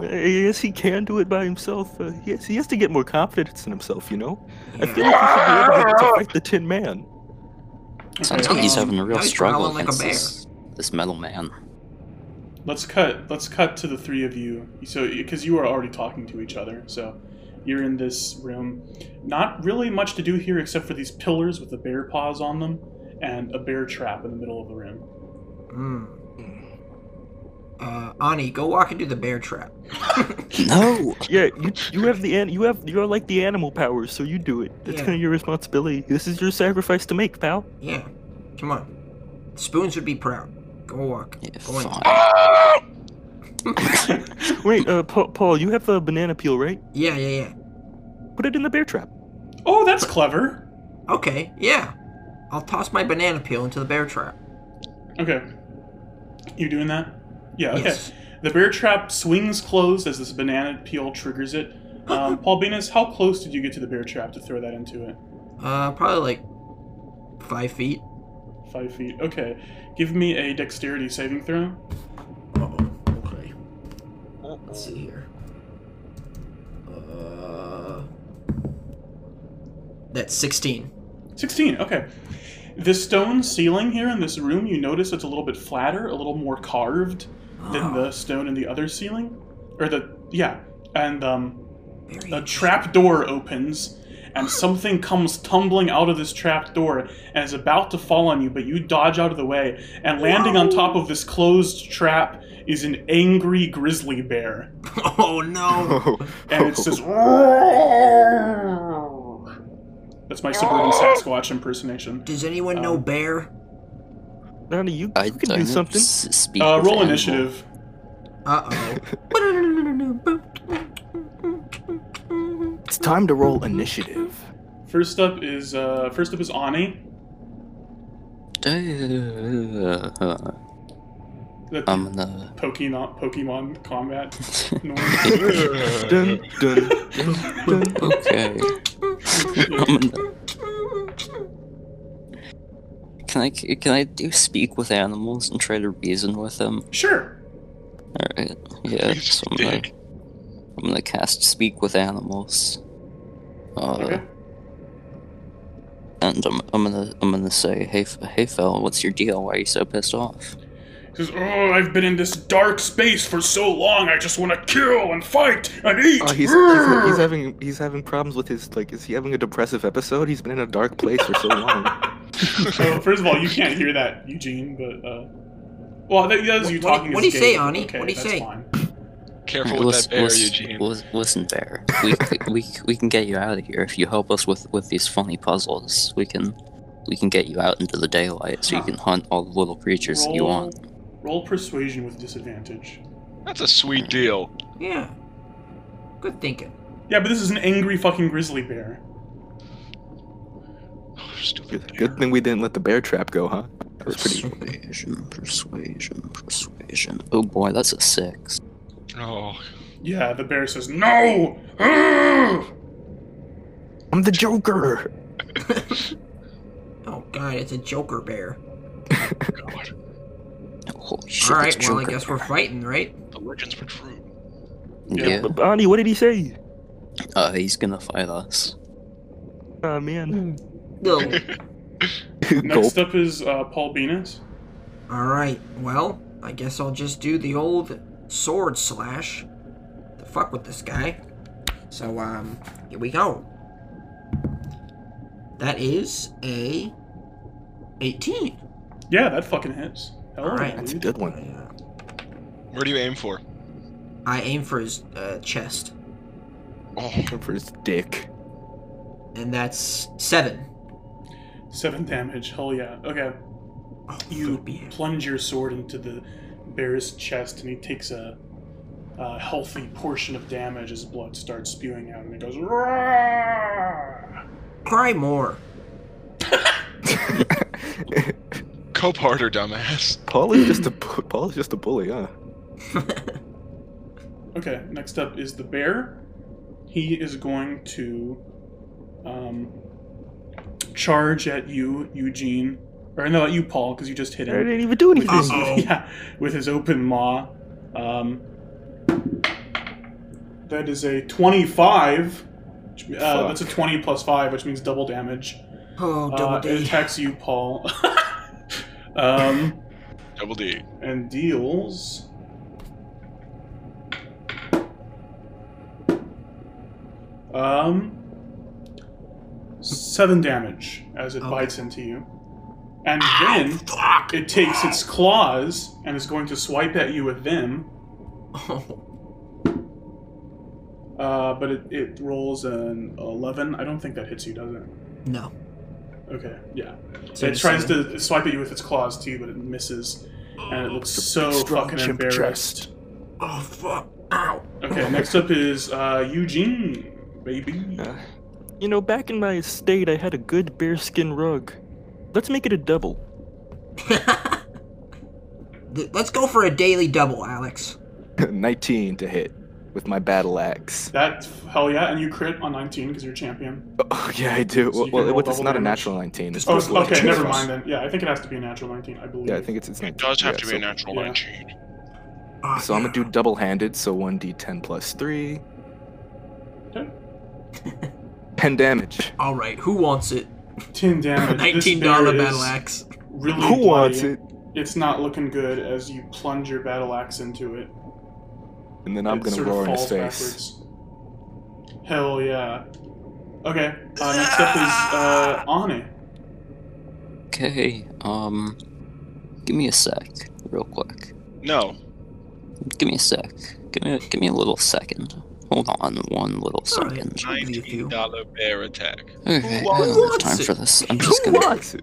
S2: Uh, Yes, he can do it by himself. Uh, yes, he has to get more confidence in himself. You know, I feel
S4: Yeah.
S2: like he should be able to- to fight the Tin Man.
S6: Sounds
S3: Okay,
S6: like he's
S3: um,
S6: having a real
S4: Oh, now he's
S6: struggle
S4: growling like a
S6: against
S4: bear.
S6: this, this metal man.
S3: Let's cut. Let's cut to the three of you. So, because you are already talking to each other, so you're in this room. Not really much to do here except for these pillars with the bear paws on them and a bear trap in the middle of the room.
S4: Mm. Uh, Ani, go walk into the bear trap.
S6: No!
S2: Yeah, you you have the an- you have you're like the animal powers, so you do it. That's
S4: Yeah.
S2: kind of your responsibility. This is your sacrifice to make, pal.
S4: Yeah, come on. Spoons would be proud. Go walk.
S6: Yeah,
S4: Go in.
S6: fine.
S2: Ah, Wait, uh, Pa- Paul, you have a banana peel, right?
S4: Yeah, yeah, yeah.
S2: Put it in the bear trap.
S3: Oh, that's clever.
S4: Okay, yeah. I'll toss my banana peel into the bear trap.
S3: Okay, you doing that? Yeah. Okay.
S4: Yes.
S3: The bear trap swings closed as this banana peel triggers it. Um, Paul Venus, how close did you get to the bear trap to throw that into it?
S4: Uh, probably like five feet.
S3: Five feet. Okay, give me a dexterity saving throw.
S4: Uh-oh. Okay. Let's see here. Uh, that's 16.
S3: 16, okay. The stone ceiling here in this room, you notice it's a little bit flatter, a little more carved
S4: Oh,
S3: than
S4: Ah.
S3: the stone in the other ceiling. Or the, yeah. And um,
S4: Very
S3: the trap door opens, and something comes tumbling out of this trap door and is about to fall on you, but you dodge out of the way. And landing on top of this closed trap is an angry grizzly bear.
S4: Oh no!
S3: And it says, That's my suburban Sasquatch impersonation.
S4: Does anyone know
S3: Um,
S4: bear?
S2: Nani, you,
S6: I
S2: you can
S6: don't
S2: do something.
S6: s- speak
S3: Uh,
S6: with
S3: roll
S6: animal.
S3: initiative.
S4: Uh oh.
S2: It's time to roll initiative.
S3: First up is uh, first up is Ani.
S6: Uh,
S3: That
S6: I'm gonna.
S3: Pokemon Pokemon combat noise.
S5: Uh,
S2: Dun, dun, dun.
S6: Okay. I'm gonna. Can I can I do speak with animals and try to reason with them?
S3: Sure.
S6: All right. Yeah.
S5: He's
S6: So I'm gonna,
S5: dick.
S6: I'm gonna cast speak with animals. Uh,
S3: Okay.
S6: And I'm, I'm gonna I'm gonna say, hey, f- hey, Phil, what's your deal? Why are you so pissed off?
S3: He says, "Oh, I've been in this dark space for so long. I just want to kill and fight and eat."
S2: Oh, he's, he's, he's having he's having problems with his like. Is he having a depressive episode? He's been in a dark place for so long.
S3: Well, first of all, you can't hear that, Eugene. But uh, well, that, that was you
S4: What- what-
S3: talking.
S4: what'd
S3: as
S4: he say,
S3: Gabe.
S4: Ani?
S3: Okay,
S4: What'd he
S3: that's
S4: say?
S3: fine.
S5: Careful
S6: Alright,
S5: with
S6: lis-
S5: that bear,
S6: lis-
S5: Eugene.
S6: lis- listen, Bear. We, we we can get you out of here if you help us with with these funny puzzles. We can we can get you out into the daylight so you
S3: Huh.
S6: can hunt all the little creatures that you want.
S3: Roll persuasion with disadvantage.
S5: That's a sweet deal.
S4: Yeah. Good thinking.
S3: Yeah, but this is an angry fucking grizzly bear.
S5: Oh, stupid
S2: Good,
S5: bear.
S2: good thing we didn't let the bear trap go, huh? That was pretty.
S6: Persuasion, persuasion, persuasion. Oh boy, that's a six.
S5: Oh,
S3: Yeah, the bear says no. Ugh!"
S2: I'm the Joker.
S4: Oh god, it's a Joker bear.
S5: God.
S6: Holy shit!
S4: All
S6: that's
S4: right, well I
S6: Joker.
S4: guess we're fighting, right?
S5: The legends were true.
S3: Yeah.
S6: Yeah,
S2: But Bonnie, what did he say?
S6: uh, he's gonna fight us.
S2: Oh man.
S4: No.
S2: Gulp.
S3: Next up is uh, Paul Venus.
S4: All right, well I guess I'll just do the old sword slash to fuck with this guy. So um, here we go. That is a 18.
S3: Yeah, that fucking hits. Hell
S4: All
S3: yeah,
S4: right,
S2: That's a
S3: dude.
S2: good one.
S5: Where do you aim for?
S4: I aim for his uh, chest,
S5: Oh,
S2: For his dick.
S4: and that's seven.
S3: Seven damage. Hell yeah. Okay.
S4: Oh,
S3: You
S4: good beer.
S3: plunge your sword into the bear's chest, and he takes a, a healthy portion of damage as blood starts spewing out, and it goes. "Roar!"
S4: Cry more.
S5: cope harder, dumbass.
S2: Paul is just a bu- Paul is just a bully, huh?
S3: Okay, next up is the bear. He is going to um, charge at you, Eugene, or no, at you, Paul, because you just hit
S2: I
S3: him.
S2: didn't even do
S3: with
S2: anything.
S3: his,
S4: Uh-oh.
S3: yeah, with his open maw. Um, that is a 25. which- Uh, that's a 20 plus 5, which means double damage.
S4: Oh, double
S3: Uh, it
S4: D.
S3: attacks you, Paul. um,
S5: Double D.
S3: and deals. Um, seven damage as it
S4: Okay.
S3: bites into you. And then it takes its claws and is going to swipe at you with them,
S4: Oh,
S3: uh, but it, it rolls an 11. I don't think that hits you, does it?
S4: no.
S3: Okay, yeah.
S4: So
S3: it
S4: just
S3: tries
S4: seven.
S3: to swipe at you with its claws too, but it misses, and it looks so
S2: strong
S3: fucking
S2: chimp
S3: embarrassed.
S2: chest.
S4: Oh fuck! Ow!
S3: Okay, next up is uh, Eugene, baby.
S2: Uh, you know, back in my estate, I had a good bearskin rug. Let's make it a double.
S4: Th- Let's go for a daily double, Alex.
S2: 19 to hit with my battle axe.
S3: That hell yeah, and you crit on 19 because you're champion.
S2: Oh yeah, I do.
S3: So you
S2: well,
S3: can
S2: it,
S3: roll
S2: it's
S3: double
S2: not a
S3: damage.
S2: natural 19. It's
S3: Oh,
S2: just like
S3: okay,
S2: two
S3: never
S2: of us.
S3: mind then. Yeah, I think it has to be a natural 19, I believe.
S2: Yeah, I think it's it's 19.
S5: It does have
S2: yeah,
S5: to be
S2: so,
S5: a natural
S3: yeah.
S5: 19.
S4: Oh,
S2: So I'm
S4: yeah.
S2: gonna do double-handed. So 1d10 plus three.
S3: Okay.
S2: 10 damage.
S4: All right, who wants it?
S3: 10 damage. This
S4: Nineteen
S3: bear
S4: dollar
S3: is
S4: battle axe.
S3: Really
S2: Who wants
S3: bloody.
S2: it?
S3: It's not looking good as you plunge your battle axe into it.
S2: And then I'm
S3: it
S2: gonna
S3: sort of
S2: roar in his
S3: falls
S2: face.
S3: Backwards. Hell yeah. Okay, uh, next up is uh, Ani.
S6: Okay. Um, give me a sec, real quick.
S5: No.
S6: Give me a sec. Give me give me a little second. Hold on, one little
S4: All right.
S6: second.
S4: Give me a few.
S5: $19 bear attack.
S6: Okay, I don't have
S4: wants
S6: time
S4: it?
S6: for this. I'm
S2: Who
S6: just gonna
S2: wants it?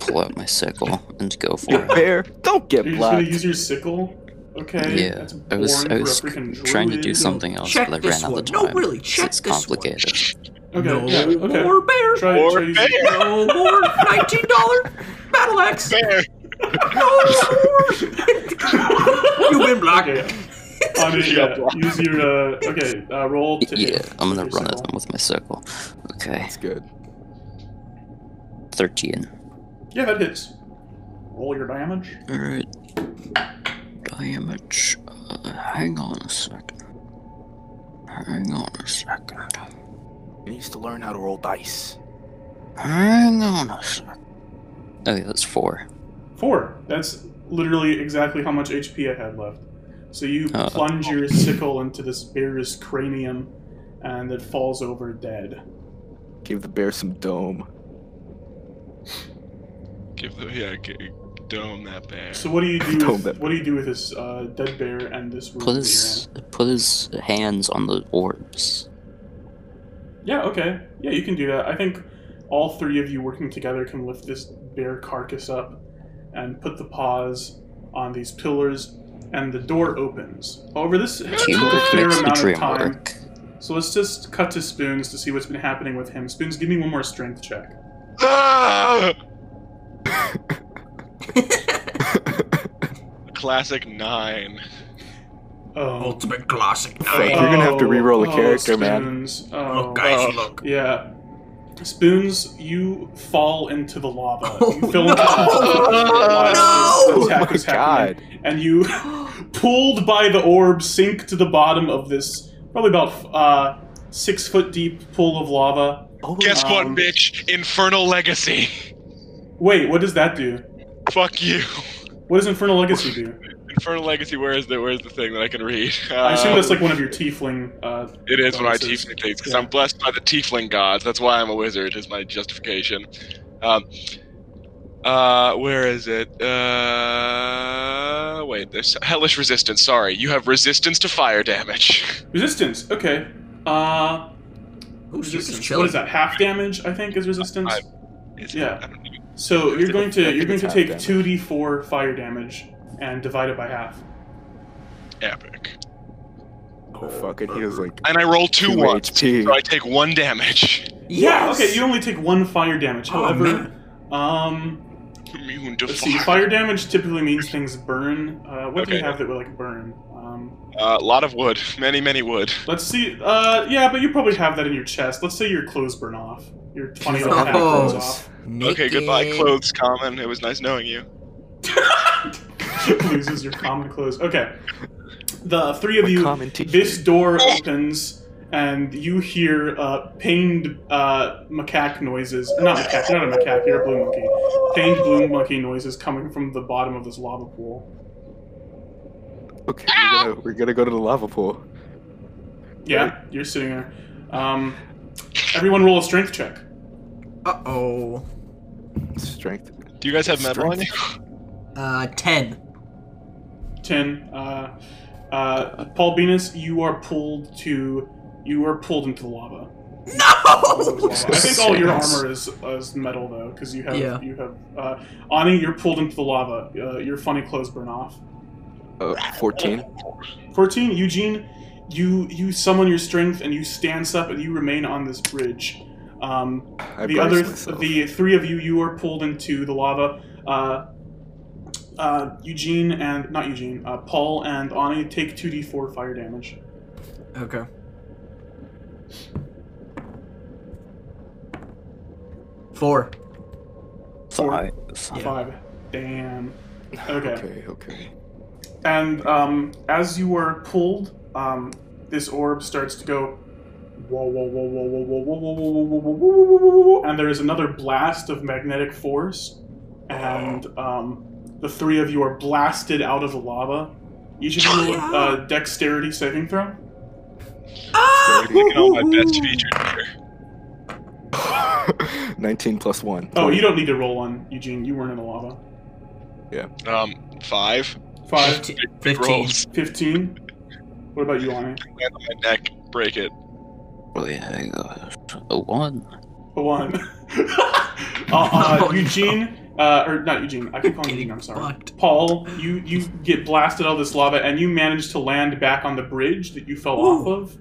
S6: pull out my sickle and go for
S2: Your
S6: it.
S2: bear. Don't get
S3: You're just gonna
S2: blocked.
S3: use your sickle? Okay.
S6: Yeah,
S3: that's
S6: I was
S3: boring for
S6: I
S3: a
S6: was
S3: freaking
S6: trying to do
S3: druid.
S6: something else,
S4: Check
S6: but I ran
S4: this
S6: out
S4: one.
S6: of
S4: No,
S6: time.
S4: really,
S6: so
S4: check
S6: it's
S4: this one.
S6: complicated.
S3: Okay,
S4: no
S3: yeah, okay.
S4: more bear.
S3: Try,
S5: Or
S3: try using-
S5: bear.
S4: No more nineteen dollar battle axe.
S5: Bear!
S4: No more. You've been blocked.
S3: Okay. I mean,
S5: Yeah,
S3: yeah,
S5: block.
S3: use your uh, okay uh, roll to
S6: Yeah,
S3: hit.
S6: I'm gonna
S3: with
S6: run
S3: your
S6: at them with my sickle. Okay,
S2: That's good.
S6: thirteen.
S3: Yeah, that hits. roll your damage.
S6: Alright. Damage. Uh, hang on a second. Hang on a second.
S2: He needs to learn how to roll dice.
S6: Hang on a second. Okay, that's four.
S3: Four. That's literally exactly how much HP I had left. So you
S6: Uh.
S3: plunge your sickle into this bear's cranium, and it falls over dead.
S2: Give the bear some dome.
S5: Give the yeah, g- dome that bear.
S3: So what do you do?
S2: Don't
S3: With,
S2: bet.
S3: what do you do with this uh, dead bear and this wound
S6: Put
S3: that you're in?
S6: his put his hands on the orbs.
S3: Yeah, okay. Yeah, you can do that. I think all three of you working together can lift this bear carcass up and put the paws on these pillars, and the door opens. However, this has took a
S6: Teamwork
S3: fair
S6: makes the
S3: amount of
S6: dream
S3: time,
S6: work.
S3: so let's just cut to Spoons to see what's been happening with him. Spoons, give me one more strength check.
S5: Ah! Classic nine.
S3: Oh,
S4: Ultimate classic
S2: Fuck,
S4: nine.
S2: you're gonna have to
S3: Oh,
S2: re-roll a
S3: oh,
S2: character, man.
S3: Spoons. Oh.
S4: Look, guys,
S5: Oh.
S4: look.
S3: Yeah. Spoons, you fall into the lava.
S4: Oh,
S3: you fell into the
S4: no.
S3: lava.
S4: No.
S3: This
S2: Oh
S3: attack
S2: my
S3: is happening. And you, pulled by the orb, sink to the bottom of this probably about uh, six foot deep pool of lava.
S2: Oh,
S5: Guess what,
S3: Um,
S5: bitch? Infernal Legacy.
S3: Wait, what does that do?
S5: Fuck you.
S3: What does Infernal Legacy do?
S5: Infernal Legacy. Where is the Where's the thing that I can read?
S3: I assume
S5: Um,
S3: that's like one of your tiefling. Uh,
S5: It is one of my
S3: bonuses.
S5: tiefling things because
S3: Yeah.
S5: I'm blessed by the tiefling gods. That's why I'm a wizard. Is my justification. Um, uh, where is it? Uh, wait. There's hellish resistance. Sorry, you have resistance to fire damage.
S3: resistance. Okay. Uh,
S4: Ooh, she was
S3: resistance.
S4: chilling.
S3: What is that? Half damage, I think, is resistance.
S5: I- Is it-
S3: Yeah.
S5: I don't even-
S3: So
S2: I
S3: you're
S2: think
S3: going
S2: it's- I
S3: to
S2: think
S3: you're going
S2: it's
S3: to
S2: half
S3: take
S2: damage.
S3: two d four fire damage and divide it by half.
S5: epic.
S2: Oh fuck! And he was like,
S5: And I roll two
S2: Two
S5: ones,
S2: HP.
S5: so I take one damage.
S4: Yes!
S3: Yeah. Okay. You only take one fire damage.
S4: Oh,
S3: However, um,
S5: Immune to
S3: let's see.
S5: fire.
S3: Fire damage typically means things burn. Uh, what do
S5: Okay.
S3: you have that would like burn? Um,
S5: A Uh, lot of wood, many, many wood.
S3: let's see. Uh, yeah, but you probably have that in your chest. Let's say your clothes burn off. Your twenty level hat
S4: Oh,
S3: burns off.
S4: Clothes.
S5: Okay, goodbye,
S4: Naked.
S5: clothes, common. It was nice knowing you.
S3: Loses your common clothes. Okay. The three of
S2: "My
S3: you
S2: common teacher."
S3: This door opens, and you hear uh, pained uh, macaque noises. Not macaque, you're not a macaque, you're a blue monkey. Pained blue monkey noises coming from the bottom of this lava pool.
S2: Okay, we're
S3: Ah!
S2: gonna, we're gonna go to the lava pool.
S3: Yeah, you're sitting there. Um, everyone roll a strength check.
S4: Uh oh.
S2: Strength.
S5: Do you guys have metal on you?
S4: Uh, ten.
S3: 10. Uh, uh, Paul Venus, you are pulled to. You are pulled into the lava.
S2: Oh,
S4: No!
S3: I think all your armor is, is metal though, because you have
S4: Yeah.
S3: you have uh, Ani. You're pulled into the lava. Uh, your funny clothes burn off.
S2: Uh, Fourteen.
S3: 14 eugene you you summon your strength and you stance up and you remain on this bridge um,
S2: I
S3: the
S2: brace
S3: other
S2: myself.
S3: the three of you you are pulled into the lava uh, uh, eugene and not eugene uh, paul and ani take 2d4 fire damage
S4: Okay. Four.
S6: Five.
S4: Yeah.
S3: five damn okay
S2: Okay. Okay.
S3: And um, as you are pulled, um, this orb starts to go. Whoa, whoa, whoa, whoa, whoa, whoa, whoa, whoa, whoa, whoa, whoa, whoa, whoa, whoa, whoa, and there is another blast of magnetic force, and um, the three of you are blasted out of the lava. Each of you
S4: Yeah.
S3: uh, dexterity saving throw.
S4: Ah!
S5: Making all my best features here.
S2: 19 plus 1.
S3: Oh, you don't need to roll one, Eugene. You weren't in the lava.
S5: Um, five.
S3: Five,
S4: Fifteen.
S5: Rolls.
S3: fifteen. What about you, Ani?
S5: Land on my neck. Break it.
S6: Oh yeah, I got a one.
S3: A One. uh, uh,
S4: Oh, no. Oh,
S3: Eugene, uh, or not Eugene. I keep calling you
S4: Getting
S3: Eugene. I'm sorry.
S4: fucked.
S3: Paul, you you get blasted out of this lava, and you manage to land back on the bridge that you fell off
S4: Ooh.
S3: of.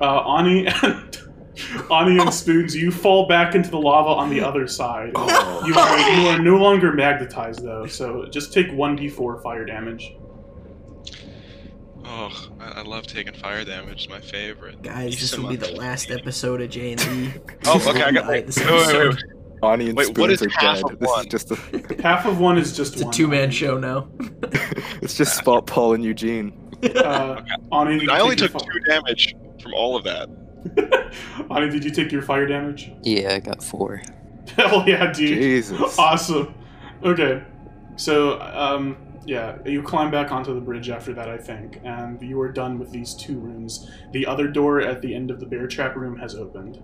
S3: Uh, Ani and
S4: Oh.
S3: Ani and Spoons, you fall back into the lava on the other side.
S2: Oh.
S3: You are you are no longer magnetized though, so just take one d4 fire damage.
S5: Oh, I, I love taking fire damage. It's my favorite.
S4: Guys,
S5: Thank you
S4: this
S5: so
S4: will be
S5: much.
S4: the last episode of J and D.
S5: Oh, okay. I got.
S4: Alright,
S5: Wait,
S4: this
S5: wait, wait,
S4: episode.
S5: wait.
S2: Bonnie and
S5: Wait,
S2: spoons
S5: what is
S2: are
S5: half
S2: dead.
S5: of
S2: This is
S5: one?
S2: just a,
S3: Half of one is just
S4: It's a
S3: one.
S4: two man show now.
S2: it's just Spot Paul and Eugene.
S3: Uh, Ani, did you
S5: I only
S3: take
S5: took
S3: your
S5: two damage from all of that.
S3: fi- Ani, did you take your fire damage?
S6: Yeah, I got four.
S3: Hell yeah, dude.
S2: Jesus.
S3: Awesome. Okay. So, um, yeah, you climb back onto the bridge after that, I think, and you are done with these two rooms. The other door at the end of the bear trap room has opened.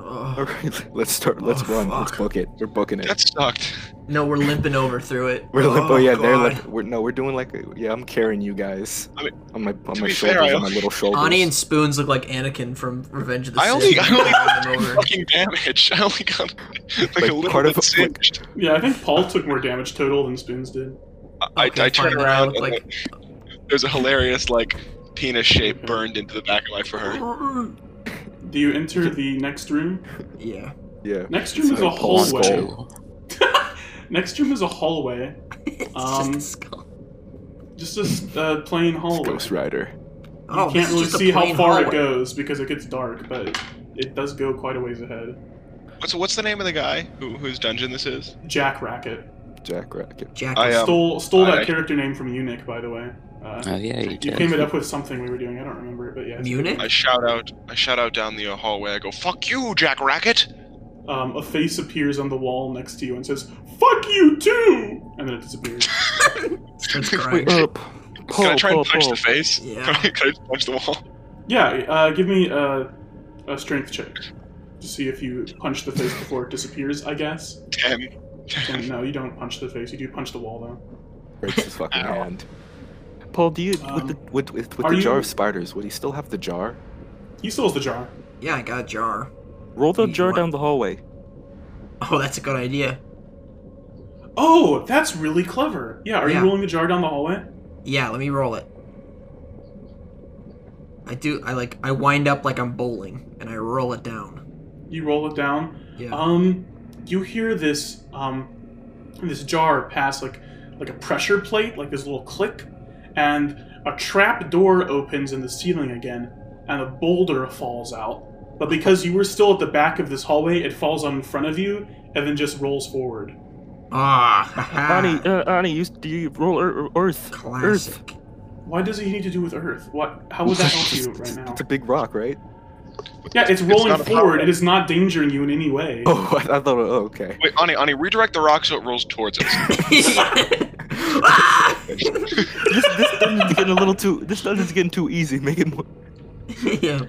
S2: All
S4: Ugh.
S2: right, let's start. Let's
S4: Oh,
S2: run. Let's
S4: fuck.
S2: book it. We're booking it.
S5: That sucked.
S4: No, we're limping over through it.
S2: We're like, oh yeah, they're
S4: God.
S2: like, we're no, we're doing like, yeah, I'm carrying you guys
S5: I mean,
S2: on my on
S5: to
S2: my
S5: be
S2: shoulders,
S5: fair, I
S2: on my
S5: only-
S2: little shoulders.
S4: Ani and Spoons look like Anakin from Revenge of the
S5: I
S4: Sith.
S5: only, I
S4: We're limping
S5: only
S4: over.
S5: got fucking damage. I only got like,
S2: Like,
S5: a little
S2: part
S5: part
S2: of
S5: bit
S2: a-
S5: of, singed.
S3: Yeah, I think Paul took more damage total than Spoons did.
S5: I,
S4: Okay,
S5: I turned
S4: fine, then I
S5: around
S4: look
S5: and
S4: like-
S5: there- there's a hilarious like penis shape burned into the back of my
S4: Oh.
S5: fur.
S3: Do you enter the next room?
S4: yeah.
S2: yeah,
S3: Next room is a
S2: like Paul's
S3: hallway.
S2: skull.
S3: Next room is a hallway.
S4: It's
S3: Um,
S4: just a skull.
S3: Just a s- uh, plain
S2: it's
S3: hallway.
S2: Ghost Rider.
S3: You
S4: Oh, this
S3: can't
S4: is
S3: really
S4: just a
S3: see how
S4: plain
S3: far it
S4: hallway.
S3: goes because it gets dark, but it does go quite a ways ahead.
S5: What's what's the name of the guy who whose dungeon this is?
S3: Jack Racket.
S2: Jack Racket.
S4: Jack
S5: I,
S4: is-
S5: um,
S3: stole stole that
S5: I-
S3: character name from Eunuch, by the way. Uh,
S6: Oh yeah, you
S3: you came
S6: did.
S3: it up with something we were doing. I don't remember it, but yeah.
S5: I
S4: Munich?
S5: shout out. I shout out down the hallway. I go, "Fuck you, Jack Racket!"
S3: Um, a face appears on the wall next to you and says, "Fuck you too," and then it disappears.
S4: Starts
S5: Wait.
S4: crying.
S2: Up.
S5: Can I
S2: Pull,
S5: try
S2: pull,
S5: and punch
S2: pull.
S5: the face?
S4: Yeah.
S5: Can I, can I punch the wall?
S3: yeah, uh, give me uh, a strength check to see if you punch the face before it disappears. I guess.
S5: Ten.
S3: And no, you don't punch the face. You do punch the wall though.
S2: Breaks his fucking
S5: Ow.
S2: hand. Paul, do you with the
S3: Um,
S2: with with, with
S3: are
S2: the jar
S3: you-
S2: of spiders? Would he still have the jar?
S3: He still has the jar.
S4: Yeah, I got a jar.
S2: Roll the
S4: You
S2: jar
S4: what?
S2: down the hallway.
S4: Oh, that's a good idea.
S3: Oh, that's really clever. Yeah, are
S4: Yeah.
S3: you rolling the jar down the hallway?
S4: Yeah, let me roll it. I do. I like. I wind up like I'm bowling, and I roll it down.
S3: You roll it down.
S4: Yeah.
S3: Um, you hear this um, this jar pass like like a pressure plate, like this little click, and a trap door opens in the ceiling again, and a boulder falls out. But because you were still at the back of this hallway, it falls out in front of you and then just rolls forward.
S4: Ah, ha ha.
S7: Ani, uh, Ani, you, do you roll er, er- Earth? Earth.
S4: Classic.
S3: Why does it need to do with Earth? What? How would that help you right now?
S2: It's a big rock, right?
S3: Yeah, it's rolling
S5: not a
S3: forward.
S5: problem.
S3: It is not endangering you in any way.
S2: Oh, I, I thought. Oh, okay.
S5: Wait, Ani, Ani, redirect the rock so it rolls towards us.
S4: Ah!
S7: This, this dungeon's getting a little too. This dungeon's getting too easy. Make it more.
S4: yeah.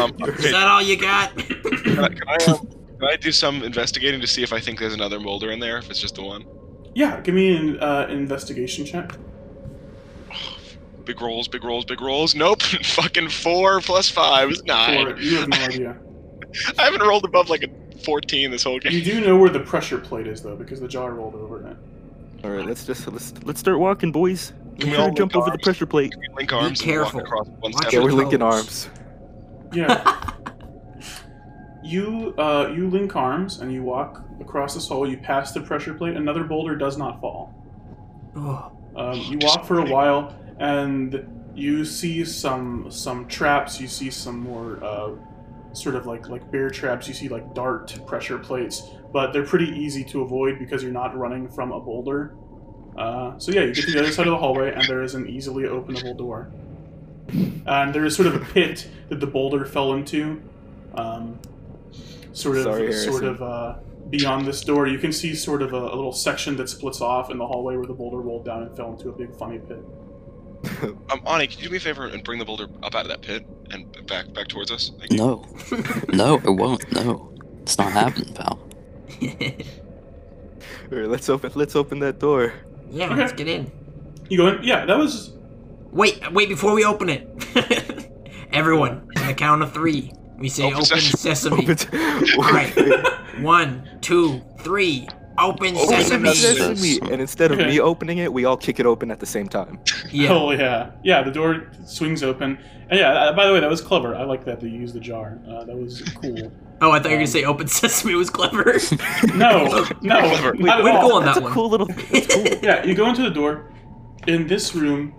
S5: Um,
S4: Is
S5: okay,
S4: that all you got?
S5: can I, can, I, um, can I do some investigating to see if I think there's another molder in there? If it's just the one.
S3: Yeah, give me an uh, investigation check.
S5: Big rolls, big rolls, big rolls. Nope. Fucking four plus five is nine.
S3: Or you have no idea.
S5: I haven't rolled above like a fourteen this whole
S3: You
S5: game.
S3: do know where the pressure plate is, though, because the jar rolled over it.
S2: All right, let's just let's.
S7: Let's start walking, boys.
S5: Can we
S7: Try
S5: all
S7: to jump
S5: link
S7: over the
S5: arms?
S7: pressure plate.
S5: Can we link arms and walk
S4: careful.
S5: across one
S4: Watch
S5: step?
S2: Yeah,
S4: your
S2: we're linking
S4: toes.
S2: arms.
S3: Yeah. you uh, you link arms and you walk across this hole. You pass the pressure plate. Another boulder does not fall.
S4: Oh,
S3: Um, you walk for a while and you see some some traps. You see some more uh, sort of like like bear traps. You see like dart pressure plates, but they're pretty easy to avoid because you're not running from a boulder. Uh, so yeah, you get to the other side of the hallway, and there is an easily openable door. And there is sort of a pit that the boulder fell into, um, sort of
S2: Sorry,
S3: sort
S2: Harrison.
S3: of uh, beyond this door. You can see sort of a, a little section that splits off in the hallway where the boulder rolled down and fell into a big funny pit.
S5: Um, Ani, can you do me a favor and bring the boulder up out of that pit and back back towards us? Thank you.
S6: No, no, it won't. No, it's not happening, pal.
S2: All right, let's open. Let's open that door.
S4: yeah.
S3: Okay.
S4: Let's get in.
S3: You go in? Yeah, that was
S4: Wait, wait before we open it. Everyone, on the count of three, we say
S5: Open
S4: open, sesame.
S5: sesame.
S2: Open.
S4: Alright.
S2: Okay.
S4: One, two, three. Open,
S5: Open
S4: sesame.
S6: sesame.
S2: Sesame. And instead of
S3: Okay.
S2: me opening it, we all kick it open at the same time.
S4: Yeah.
S3: Oh yeah, yeah. The door swings open. And yeah. uh, By the way, that was clever. I like that they used the jar. Uh, that was cool.
S4: Oh, I thought you were gonna say open sesame was clever.
S3: No, no,
S5: Clever.
S3: not at
S4: Way to
S3: all.
S4: go on
S7: That's
S4: that
S7: a
S4: one.
S7: cool little. That's cool.
S3: Yeah, you go into the door. In this room,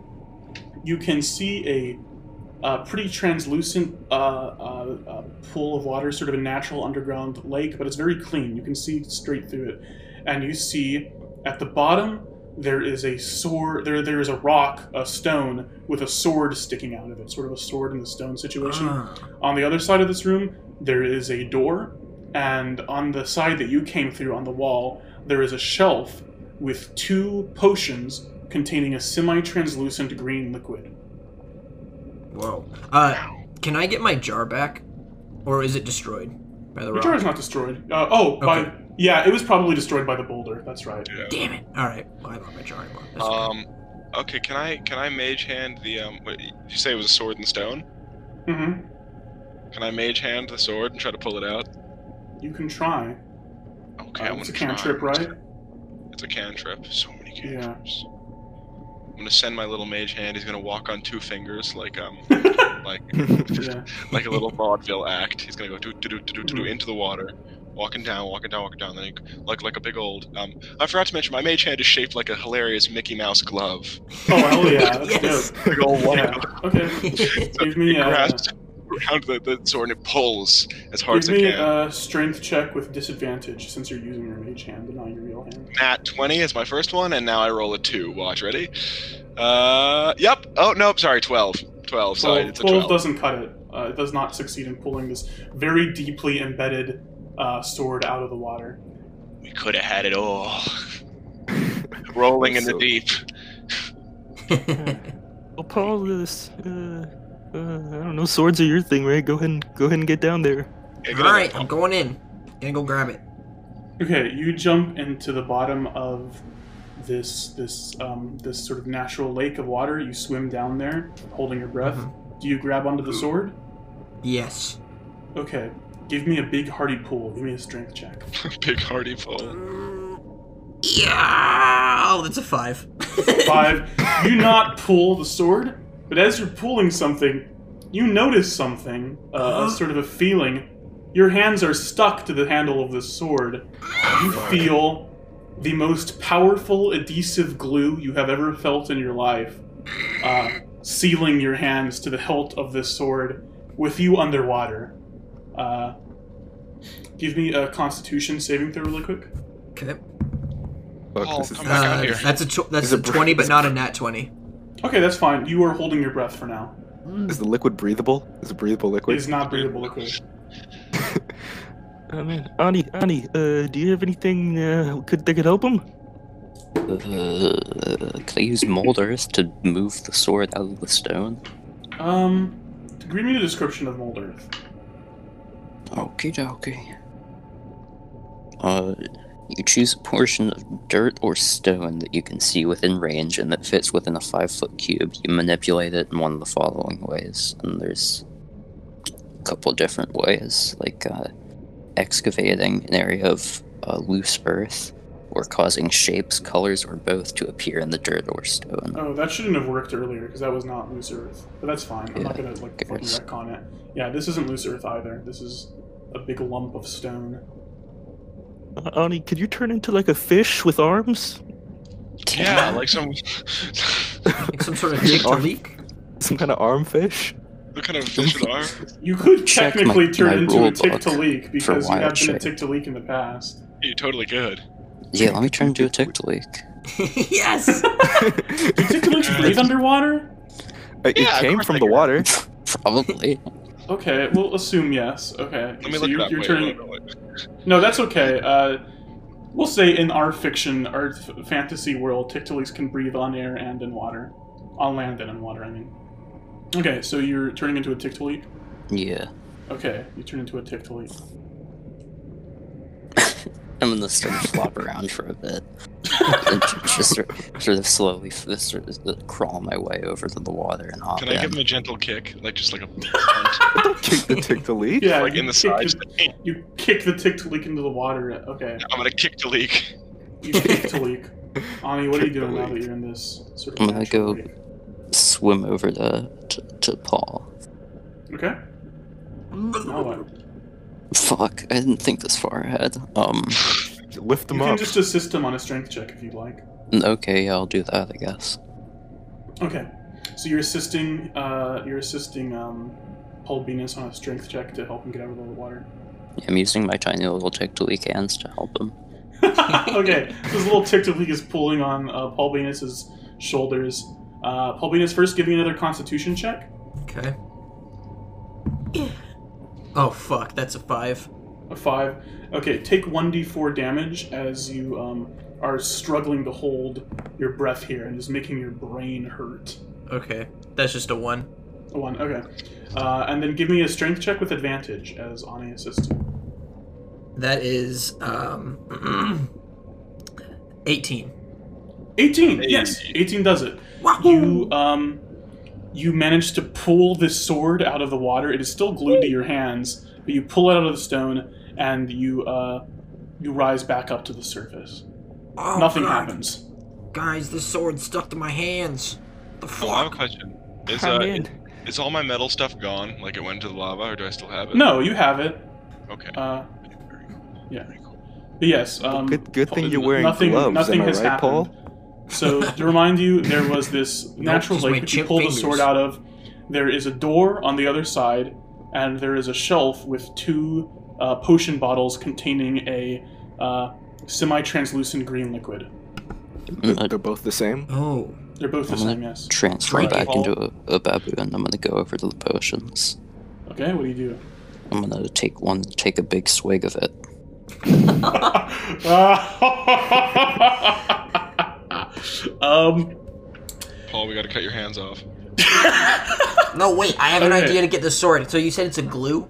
S3: you can see a uh, pretty translucent uh, uh, uh, pool of water, sort of a natural underground lake, but it's very clean. You can see straight through it, and you see at the bottom there is a sword. There, there is a rock, a stone with a sword sticking out of it, sort of a sword in the stone situation.
S4: Ah,
S3: On the other side of this room, there is a door, and on the side that you came through on the wall, there is a shelf with two potions containing a semi translucent green liquid.
S4: whoa. Uh, can I get my jar back, or is it destroyed by the
S3: The
S4: rock?
S3: jar is not destroyed. Uh, oh, by,
S4: Okay.
S3: yeah, it was probably destroyed by the boulder. That's right.
S5: Yeah.
S4: Damn it! All right, well, I don't have my jar anymore. That's okay.
S5: Um, okay. Can I can I mage hand the um? What, did you say it was a sword and stone?
S3: hmm
S5: Can I mage hand the sword and try to pull it out?
S3: You can try.
S5: Okay,
S3: Uh,
S5: I'm
S3: it's a
S5: gonna try.
S3: cantrip, right?
S5: It's a cantrip. So many
S3: Yeah.
S5: cantrips. I'm gonna send my little mage hand. He's gonna walk on two fingers, like um, like
S3: Yeah.
S5: like a little vaudeville act. He's gonna go do do do do do do
S3: Mhm.
S5: into the water, walking down, walking down, walking down. Then he, like like a big old um. I forgot to mention my mage hand is shaped like a hilarious Mickey Mouse glove.
S3: Oh, hell yeah. That's
S4: Yes.
S3: dope.
S5: Big old one.
S3: Yeah. Okay. Give
S5: He
S3: me uh, a,
S5: grasps around the, the sword and it pulls as hard
S3: give
S5: as it
S3: me uh,
S5: can.
S3: a strength check with disadvantage since you're using your mage hand and not your real hand.
S5: Nat 20 is my first one, and now I roll a 2. Watch, ready? Uh, yep. Oh, nope, sorry, 12. 12, sorry,
S3: 12,
S5: it's a
S3: 12
S5: 12.
S3: doesn't cut it. Uh, it does not succeed in pulling this very deeply embedded uh, sword out of the water.
S5: We could have had it all. Rolling in the
S2: So-
S5: deep.
S7: Well, Paul, this. Uh, uh, I don't know. Swords are your thing, right? Go ahead and go ahead and get down there.
S5: Yeah, good
S4: All right,
S5: enough.
S4: I'm going in. Gonna go grab it.
S3: Okay, you jump into the bottom of this this um, this sort of natural lake of water. You swim down there, holding your breath. Do you grab onto the sword?
S4: Yes.
S3: Okay, give me a big hearty pull. Give me a strength check.
S5: Big hearty pull.
S4: Yeah. Oh, that's a five.
S3: Five. you not pull the sword, but as you're pulling something, you notice something, uh, a sort of a feeling. Your hands are stuck to the handle of this sword. You feel the most powerful adhesive glue you have ever felt in your life, uh, sealing your hands to the hilt of this sword with you underwater. Uh, give me a Constitution saving throw really quick.
S4: Okay.
S2: Fuck,
S5: Paul,
S2: this is
S5: come back out
S4: Uh,
S5: here.
S4: that's a tw- that's
S2: Is it
S4: a
S2: br-
S4: twenty, but
S2: is-
S4: not a nat twenty.
S3: Okay, that's fine. You are holding your breath for now.
S2: Is the liquid breathable? Is it breathable
S3: It
S2: liquid?
S3: is not breathable liquid.
S7: Oh man, Ani, Ani, uh, do you have anything uh, could that could help him?
S6: Uh, could I use mold earth to move the sword out of the stone?
S3: Um, read me the description of Mold Earth.
S6: Okie dokie. Uh, you choose a portion of dirt or stone that you can see within range and that fits within a five foot cube. You manipulate it in one of the following ways, and there's a couple different ways, like uh, excavating an area of uh, loose earth, or causing shapes, colors, or both to appear in the dirt or stone.
S3: Oh, that shouldn't have worked earlier because that was not Loose Earth. But that's fine. I'm not
S6: Yeah,
S3: gonna like fucking
S6: guess.
S3: retcon it. Yeah, this isn't Loose Earth either. This is a big lump of stone.
S7: Uh, Ani, could you turn into like a fish with arms?
S5: Yeah, like some.
S4: Like some sort of
S2: Your arm-
S4: leak.
S2: Some kind of arm fish?
S5: what kind of fish it are?
S3: You could
S6: Check my-
S3: technically turn
S6: my
S3: into a
S6: rule book
S3: Tick-to-Leak because you
S6: wild
S3: have been a
S6: shape.
S3: Tick-to-Leak in the past.
S5: You totally good.
S6: Yeah, let me try and do a tick-to-leak.
S4: yes.
S3: Tick-to-Leaks breathe underwater?
S2: Uh, It
S5: Yeah, of
S2: came
S5: course
S2: from
S5: I
S2: the
S5: can.
S2: water.
S6: Probably.
S3: Okay, we'll assume yes. Okay,
S5: Let me
S3: so
S5: look it
S3: you're,
S5: up.
S3: you're
S5: Wait,
S3: turning.
S5: wait, wait, wait.
S3: No, that's okay. Uh, we'll say in our fiction, our f- fantasy world, Tictilies can breathe on air and in water. On land and in water, I mean. Okay, so you're turning into a Tictile?
S6: Yeah.
S3: Okay, you turn into a Tictile.
S6: I'm gonna sort of flop around for a bit, and j- just sort sort of slowly f- sort of uh, crawl my way over to the water and hop
S5: Can
S6: in.
S5: I give him a gentle kick? Like, just like a. punt,
S2: Kick the tick to leak?
S3: Yeah,
S5: like
S3: you
S5: in the
S3: kick
S5: side.
S3: The, you kick the Tictile into the water. Okay,
S5: I'm gonna kick the leak.
S3: you kick Talik. Ani, what are you
S2: Kick the
S3: doing now that
S2: leak.
S3: you're in this sort of?
S6: I'm gonna
S3: natural
S6: go-
S3: lake?
S6: Swim over to, to to Paul.
S3: Okay. Now what?
S6: Fuck, I didn't think this far ahead. Um,
S2: Lift
S3: You
S2: them
S3: can
S2: up.
S3: just assist him on a strength check if you'd like.
S6: okay, yeah, I'll do that, I guess.
S3: Okay. So you're assisting, uh, you're assisting um, Paul Venus on a strength check to help him get out of the water.
S6: I'm using my tiny little tickly hands to help him.
S3: okay, so this little tick of leak is pulling on uh, Paul Venus's shoulders. Uh, Paul Venus, first give me another Constitution check.
S4: Okay. Oh fuck, that's a five.
S3: A five. Okay, take 1d4 damage as you um, are struggling to hold your breath here and is making your brain hurt.
S4: Okay, that's just a one.
S3: A one, okay. Uh, and then give me a strength check with advantage as Ani assists you.
S4: That is um, eighteen.
S3: 18! Yes, 18 does it. You, um, you manage to pull this sword out of the water. It is still glued to your hands, but you pull it out of the stone and you, uh, you rise back up to the surface.
S4: Oh,
S3: Nothing
S4: God.
S3: happens.
S4: Guys, this sword stuck to my hands. The
S5: Oh, I have a
S4: fuck.
S5: question. Is
S7: I'm
S5: uh,
S7: in.
S5: is all my metal stuff gone? Like it went into the lava, or do I still have it?
S3: No, you have it.
S5: Okay.
S3: Uh,
S5: Very cool.
S3: yeah.
S5: Very cool.
S3: But yes. Um,
S2: good- good thing
S3: Paul-
S2: you're wearing
S3: nothing,
S2: gloves,
S3: Nothing
S2: am I
S3: has
S2: right, Paul?
S3: happened. So to remind you, there was this natural
S4: just my
S3: lake that you
S4: chimp
S3: pulled
S4: fingers.
S3: the sword out of. There is a door on the other side, and there is a shelf with two uh, potion bottles containing a uh, semi-translucent green liquid.
S6: I'm
S2: They're
S6: gonna
S2: they're both the same.
S4: Oh,
S3: They're both the
S6: Mhm.
S3: same, yes.
S6: transfer
S4: Frankie.
S6: back into a, a babu and I'm gonna go over to the potions.
S3: Okay, what do you do?
S6: I'm gonna take one, take a big swig of it.
S3: um,
S5: Paul, we got to cut your hands off.
S4: no! Wait, I have an
S3: Okay.
S4: idea to get the sword. So you said it's a glue?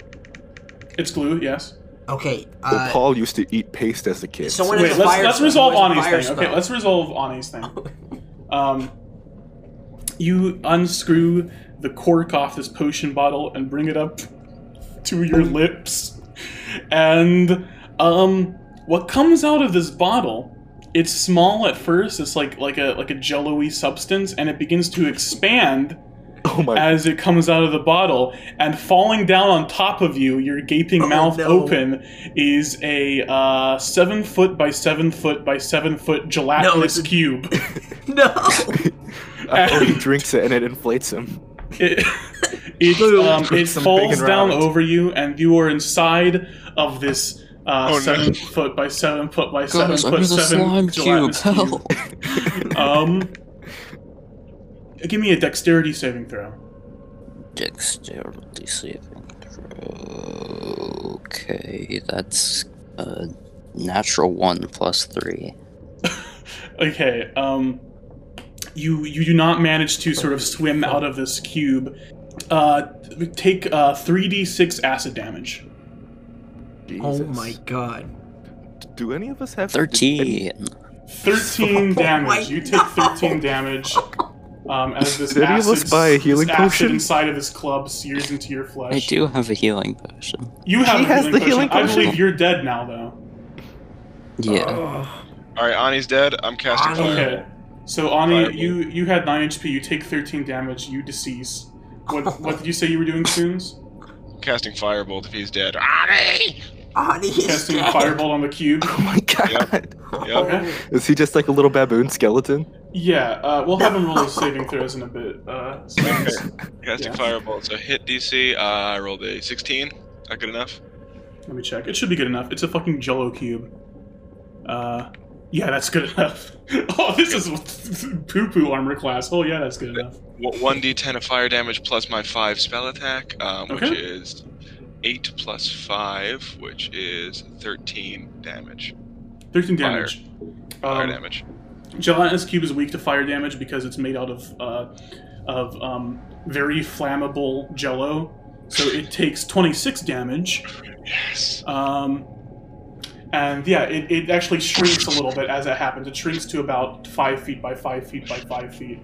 S3: it's glue, yes.
S4: Okay.
S2: Well,
S4: Uh,
S2: Paul used to eat paste as a kid.
S4: someone
S3: Wait,
S4: has a
S3: let's,
S4: fire.
S3: let's
S4: spell.
S3: resolve
S4: Someone has
S3: Ani's
S4: a
S3: thing.
S4: fire
S3: Okay,
S4: spell.
S3: let's resolve Ani's thing. Um, you unscrew the cork off this potion bottle and bring it up to your lips. And um, what comes out of this bottle, it's small at first, it's like like a like a jello-y substance, and it begins to expand
S2: Oh my!
S3: as it comes out of the bottle, and falling down on top of you, your gaping
S4: Oh,
S3: mouth
S4: no.
S3: open, is a uh, seven foot by seven foot by seven foot gelatinous
S4: it's a-
S3: cube.
S4: No.
S2: oh,
S3: uh,
S2: he drinks it and it inflates him.
S3: It, it, um,
S2: It's
S3: it
S2: something
S3: falls down
S2: round.
S3: over you, and you are inside of this uh,
S5: Oh, no.
S3: seven foot by seven foot by
S6: Guys,
S3: seven
S6: I'm
S3: foot
S6: the
S3: seven
S6: slime cube.
S3: gelatinous cube.
S6: Help!
S3: um, give me a dexterity saving throw.
S6: Dexterity saving throw. Okay, that's a natural one plus three.
S3: Okay. Um, you you do not manage to sort of swim out of this cube. Uh, take uh three d six acid damage.
S2: Jesus.
S4: oh my god.
S2: Do any of us have
S6: Thirteen.
S3: Thirteen
S2: Oh
S4: my
S3: damage. You take thirteen damage. Um, as this
S2: Did any of us
S3: acid,
S2: buy a healing
S3: this acid
S2: potion?
S3: inside of this club sears into your flesh.
S6: I do have a healing potion.
S3: You have
S2: He
S3: a
S2: has
S3: healing
S2: the
S3: potion.
S2: healing
S3: I
S2: potion.
S3: believe you're dead now, though.
S6: Yeah.
S5: All right, Ani's dead. I'm casting
S4: Ani.
S5: fire.
S3: Okay. So Ani,
S5: Fireball.
S3: you you had nine HP. You take thirteen damage. You decease. What what did you say you were doing, Soons?
S5: Casting firebolt if he's dead. Ani!
S4: Ani is
S3: Casting
S4: dead.
S3: fireball on the cube.
S2: Oh my god!
S5: Yep.
S3: Okay.
S2: Is he just like a little baboon skeleton?
S3: Yeah, uh, we'll have him roll his saving throws in a bit. Uh, so-
S5: Casting
S3: Yeah.
S5: firebolt. So hit DC. Uh, I rolled a 16. Not good enough.
S3: let me check. It should be good enough. It's a fucking Jello cube. Uh, yeah, that's good enough. oh, this is poo poo armor class. Oh yeah, that's good enough.
S5: Wha- 1d10 of fire damage plus my 5 spell attack, um, which
S3: Okay.
S5: is 8 plus 5, which is 13 damage.
S3: Thirteen
S5: Fire.
S3: damage.
S5: Fire
S3: Um,
S5: damage.
S3: Gelatinous cube is weak to fire damage because it's made out of uh, of um, very flammable Jello. So it takes twenty six damage.
S5: Yes.
S3: Um, and yeah, it, it actually shrinks a little bit as that happens. It shrinks to about five feet by five feet by five feet,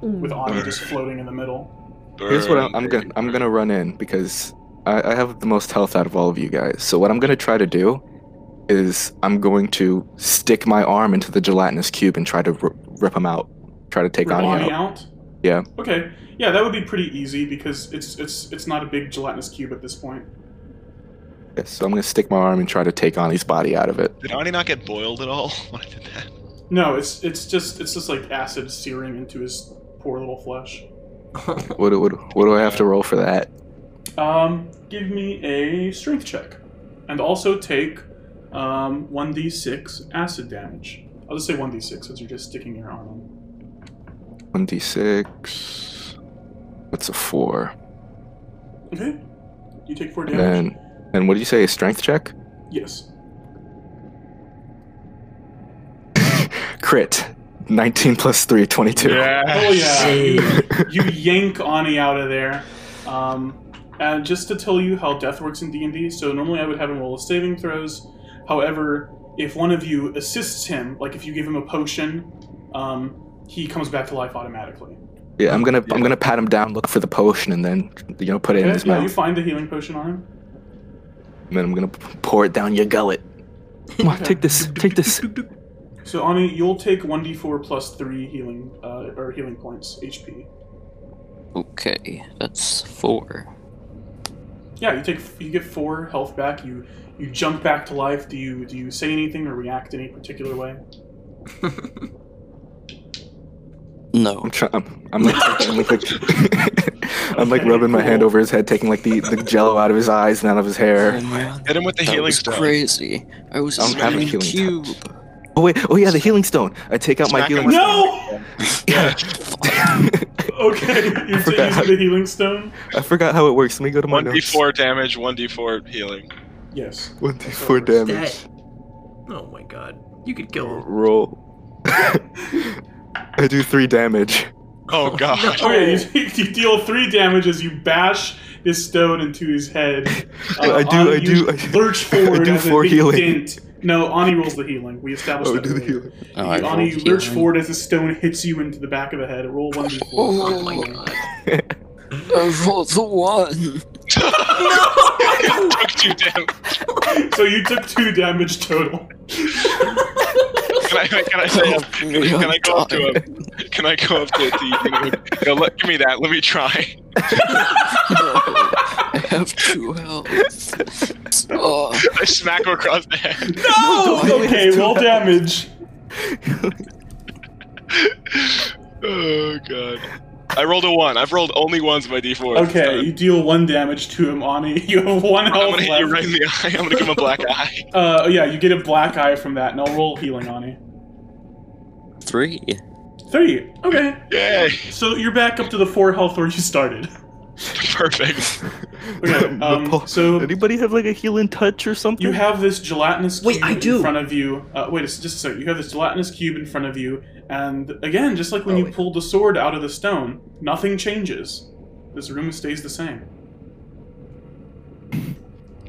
S3: with Ani just floating in the middle.
S2: Here's what I'm,
S5: Burn,
S2: I'm
S5: baby,
S2: gonna I'm
S5: burn.
S2: gonna run in because I, I have the most health out of all of you guys. So what I'm gonna try to do is I'm going to stick my arm into the gelatinous cube and try to r- rip him out. Try to take
S3: Rip
S2: on
S3: Ani
S2: him.
S3: out.
S2: Yeah.
S3: Okay. Yeah, that would be pretty easy because it's it's it's not a big gelatinous cube at this point.
S2: So I'm gonna stick my arm and try to take Ani's body out of it.
S5: Did Ani not get boiled at all when I did that?
S3: No, it's it's just it's just like acid searing into his poor little flesh.
S2: What, do- what, do- what do I have to roll for that?
S3: Um, give me a strength check, and also take um, 1d6 acid damage. I'll just say 1d6 since you're just sticking your arm in.
S2: 1d6. That's a 4.
S3: Okay. You take 4
S2: And
S3: damage.
S2: then, and what did you say? A strength check?
S3: Yes.
S2: Crit. 19 plus 3, 22.
S5: Ah,
S3: Oh yeah.
S4: Hey.
S3: You, you yank Ani out of there. Um, and just to tell you how death works in D and D, so normally I would have him roll a saving throws. However, if one of you assists him, like if you give him a potion, um, he comes back to life automatically.
S2: Yeah, I'm gonna I'm gonna pat him down, look for the potion, and then you know put it in
S3: Okay,
S2: his
S3: yeah, you
S2: mouth,
S3: find the healing potion on him.
S2: and then I'm gonna p- pour it down your gullet.
S7: Come on, take this. Take this.
S3: So Ani, you'll take one d4 plus three healing uh, or healing points HP.
S6: Okay, that's four.
S3: Yeah, you take you get four health back. You you jump back to life. Do you do you say anything or react any particular way?
S6: No.
S2: I'm trying. I'm, I'm like, taking- I'm like, like- I'm like rubbing my hand
S3: cool.
S2: over his head, taking like the, the jello out of his eyes and out of his hair.
S6: man.
S5: Hit him with the
S6: That
S5: healing
S6: was
S5: stone.
S6: crazy. I was
S2: I'm having
S6: spinning
S2: healing
S6: cube.
S2: Oh wait, oh yeah, the healing stone. I take out my
S5: Smack him.
S2: healing.
S3: No.
S2: stone.
S3: Okay, you're still
S2: forgot.
S3: using the healing stone.
S2: I forgot how it works. Let me go to my
S5: One d
S2: notes.
S5: four damage, one d four healing.
S3: Yes.
S2: One d four damage.
S4: That- oh my god. You could kill him.
S2: Roll. I do three damage.
S5: Oh god.
S3: Okay, you,
S2: Oh.
S3: take- you deal three damage as you bash this stone into his head. Uh,
S2: I do-
S3: Ani,
S2: I do-
S3: you
S2: I do-
S3: Lurch
S2: I do
S3: forward. as a
S2: four
S3: big
S2: healing.
S3: Dent. No, Ani rolls the healing. We established
S2: Oh,
S3: that.
S2: do the
S3: earlier.
S2: healing.
S6: Oh, I
S3: Ani,
S6: rolled
S3: you lurch
S6: healing.
S3: forward as the stone hits you into the back of the head. Roll one d4.
S4: Oh my god.
S6: I rolled the one.
S5: Took two damage.
S3: So you took two damage total.
S5: Can I, can I say? Can I go up to him? Can I go up to the? Go, let, give me that. Let me try.
S6: I have two health. Oh,
S5: I smack him across the head.
S2: Oh,
S3: No. Okay, roll damage.
S5: Oh god. I rolled a one. I've rolled only ones in my d4.
S3: Okay, you deal one damage to him, Ani. You have one
S5: I'm
S3: health
S5: gonna hit
S3: left.
S5: you right in the eye. I'm gonna give him a black eye.
S3: Uh, yeah, you get a black eye from that, and I'll roll healing on you.
S6: three.
S3: Three. Okay.
S5: Yay!
S3: So you're back up to the four health where you started.
S5: Perfect.
S3: Okay. Um, so
S7: Anybody have like a healing touch or something?
S3: you have this gelatinous
S4: Wait,
S3: cube
S4: I do.
S3: in front of you. Uh, wait, a s- just a second. You have this gelatinous cube in front of you, and again, just like when
S4: Oh,
S3: you
S4: wait.
S3: pulled the sword out of the stone, nothing changes. This room stays the same.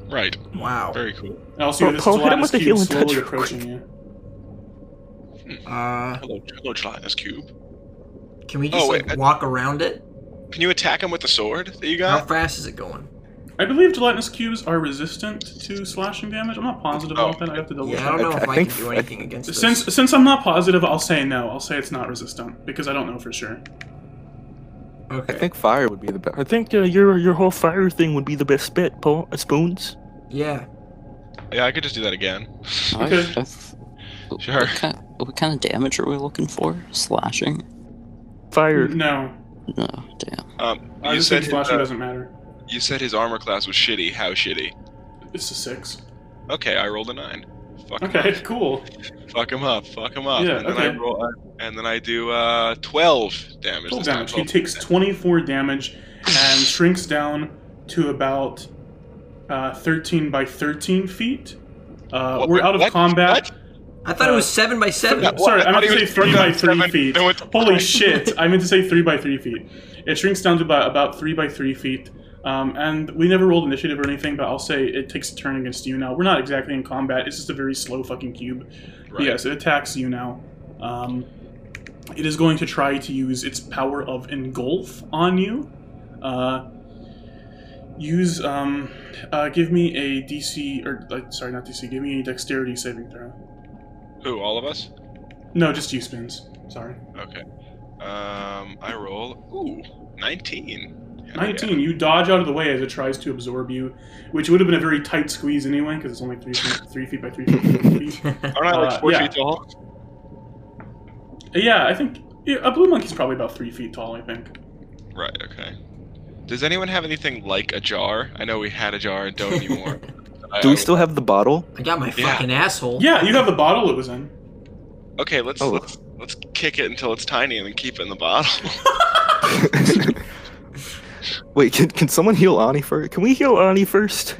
S5: Right.
S4: Wow.
S5: Very cool.
S3: And also, you
S7: Bro,
S3: have
S7: Paul, Oh,
S3: this
S7: hit him
S3: gelatinous
S7: with the
S3: cube
S7: healing
S3: slowly
S7: touch real
S3: approaching you.
S4: Uh,
S5: Hello, hello, Gelatinous Cube.
S4: can we just
S5: Oh, wait,
S4: like,
S5: I-
S4: walk around it?
S5: Can you attack him with the sword that you
S4: How
S5: got?
S4: fast is it going?
S3: I believe gelatinous cubes are resistant to slashing damage. I'm not positive
S5: Oh.
S3: about that. I have to double
S4: Yeah, I
S3: check.
S4: don't know
S2: I-
S4: if
S2: I
S4: I,
S2: think-
S4: can do anything against this.
S3: Since since I'm not positive, I'll say no. I'll say it's not resistant because I don't know for sure.
S2: I
S4: okay.
S2: think fire would be the best.
S7: I think uh, your your whole fire thing would be the best bet, Paul. Uh, spoons.
S4: yeah.
S5: Yeah, I could just do that again.
S6: I-
S3: Okay.
S6: I've-
S5: Sure.
S6: What kind, what kind of damage are we looking for? Slashing?
S7: Fire.
S3: No,
S6: No, damn.
S5: Um,
S3: I
S5: you
S3: just
S5: said
S3: think
S5: his,
S3: slashing
S5: uh,
S3: doesn't matter.
S5: you said his armor class was shitty. How shitty?
S3: It's a six.
S5: Okay, I rolled a nine. Fuck him
S3: Okay, cool.
S5: up. Fuck him up. Fuck him up.
S3: Yeah,
S5: and then I
S3: okay.
S5: roll. I- and then I do uh, twelve damage.
S3: Full
S5: this time, Oh.
S3: damage. He
S5: 12.
S3: takes 24 damage and shrinks down to about uh, 13 by 13 feet. Uh,
S5: What-
S3: we're out of
S5: what?
S3: combat.
S4: I thought it was 7 by 7
S3: No, Sorry, I
S5: thought
S3: meant to
S5: he
S3: say
S5: was
S3: three by three
S5: seven.
S3: feet.
S5: I went to-
S3: Holy shit! I meant to say three by three feet. It shrinks down to about, about three by three feet. Um, and we never rolled initiative or anything, but I'll say it takes a turn against you now. We're not exactly in combat. It's just a very slow fucking cube. But
S5: Right.
S3: Yes, it attacks you now. Um, it is going to try to use its power of engulf on you. Uh, use um, uh, give me a DC or uh, sorry, not DC. Give me a dexterity saving throw.
S5: Who? All of us?
S3: No, just you spins. Sorry.
S5: Okay. Um, I roll. Ooh, 19. Hell
S3: 19, you dodge out of the way as it tries to absorb you, which would have been a very tight squeeze anyway, because it's only three feet, three feet by three feet. by three feet.
S5: Yeah. Aren't I
S3: Uh,
S5: like four
S3: yeah.
S5: feet tall?
S3: yeah, I think yeah, a blue monkey's probably about three feet tall, I think.
S5: Right. Okay. Does anyone have anything like a jar? I know we had a jar and don't anymore. I-
S2: Do
S5: I-
S2: we still have the bottle?
S4: I got my
S5: Yeah.
S4: fucking asshole.
S3: Yeah, you have the bottle it was in.
S5: Okay, let's
S2: Oh.
S5: let's let's kick it until it's tiny and then keep it in the bottle.
S2: Wait, can, can someone heal Ani first? Can we heal Ani first?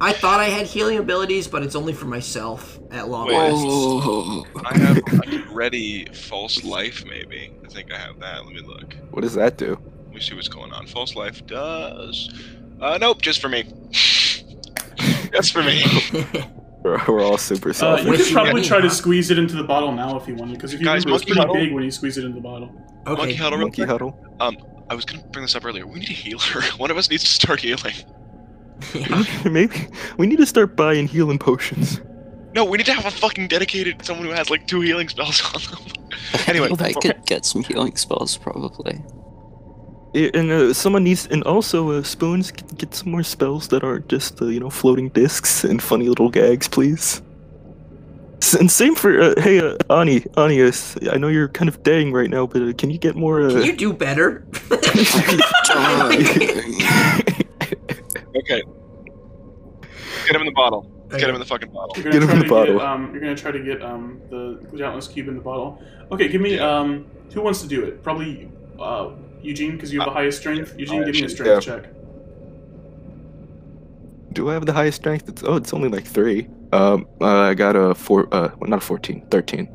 S4: I thought I had healing abilities, but it's only for myself at long
S5: Wait.
S4: last.
S5: I have like, ready false life maybe. I think I have that. Let me look.
S2: What does that do?
S5: Let me see what's going on. False life does. Uh, nope, just for me. just for me.
S2: We're, we're all super
S3: Uh, you
S2: selfish.
S4: Which
S3: could
S4: you
S3: probably
S4: mean,
S3: try to
S4: huh?
S3: squeeze it into the bottle now if you wanted, because if you
S5: Guys,
S3: remember, it's
S5: monkey
S3: pretty
S5: huddle?
S3: big when you squeeze it into the bottle.
S5: Monkey
S4: okay.
S5: huddle real
S2: Monkey
S5: quick.
S2: huddle.
S5: I was gonna bring this up earlier. We need a healer. One of us needs to start healing. Mm.
S2: Maybe
S7: We need to start buying healing potions.
S5: No, we need to have a fucking dedicated someone who has like two healing spells on them. Anyway,
S6: I could get some healing spells probably.
S7: Yeah, And uh, someone needs, and also uh, spoons get, get some more spells that aren't just uh, you know floating discs and funny little gags, please. S- And same for uh, hey uh, Ani, Ani, uh, s- I know you're kind of dang right now, but uh, can you get more? Uh,
S4: Can you do better?
S5: Okay. Get him in the bottle. Get him in the fucking bottle.
S3: You're gonna
S2: Get him
S3: try
S2: in the
S3: to
S2: bottle.
S3: Get, um, you're gonna try to get um, the Dauntless Cube in the bottle. Okay, give me um, who wants to do it? Probably uh, Eugene, because you have the highest strength. Eugene, give me a strength check.
S2: Do I have the highest strength? It's, oh, it's only like three. Um, uh, I got a four. Uh, well, not a fourteen. Thirteen.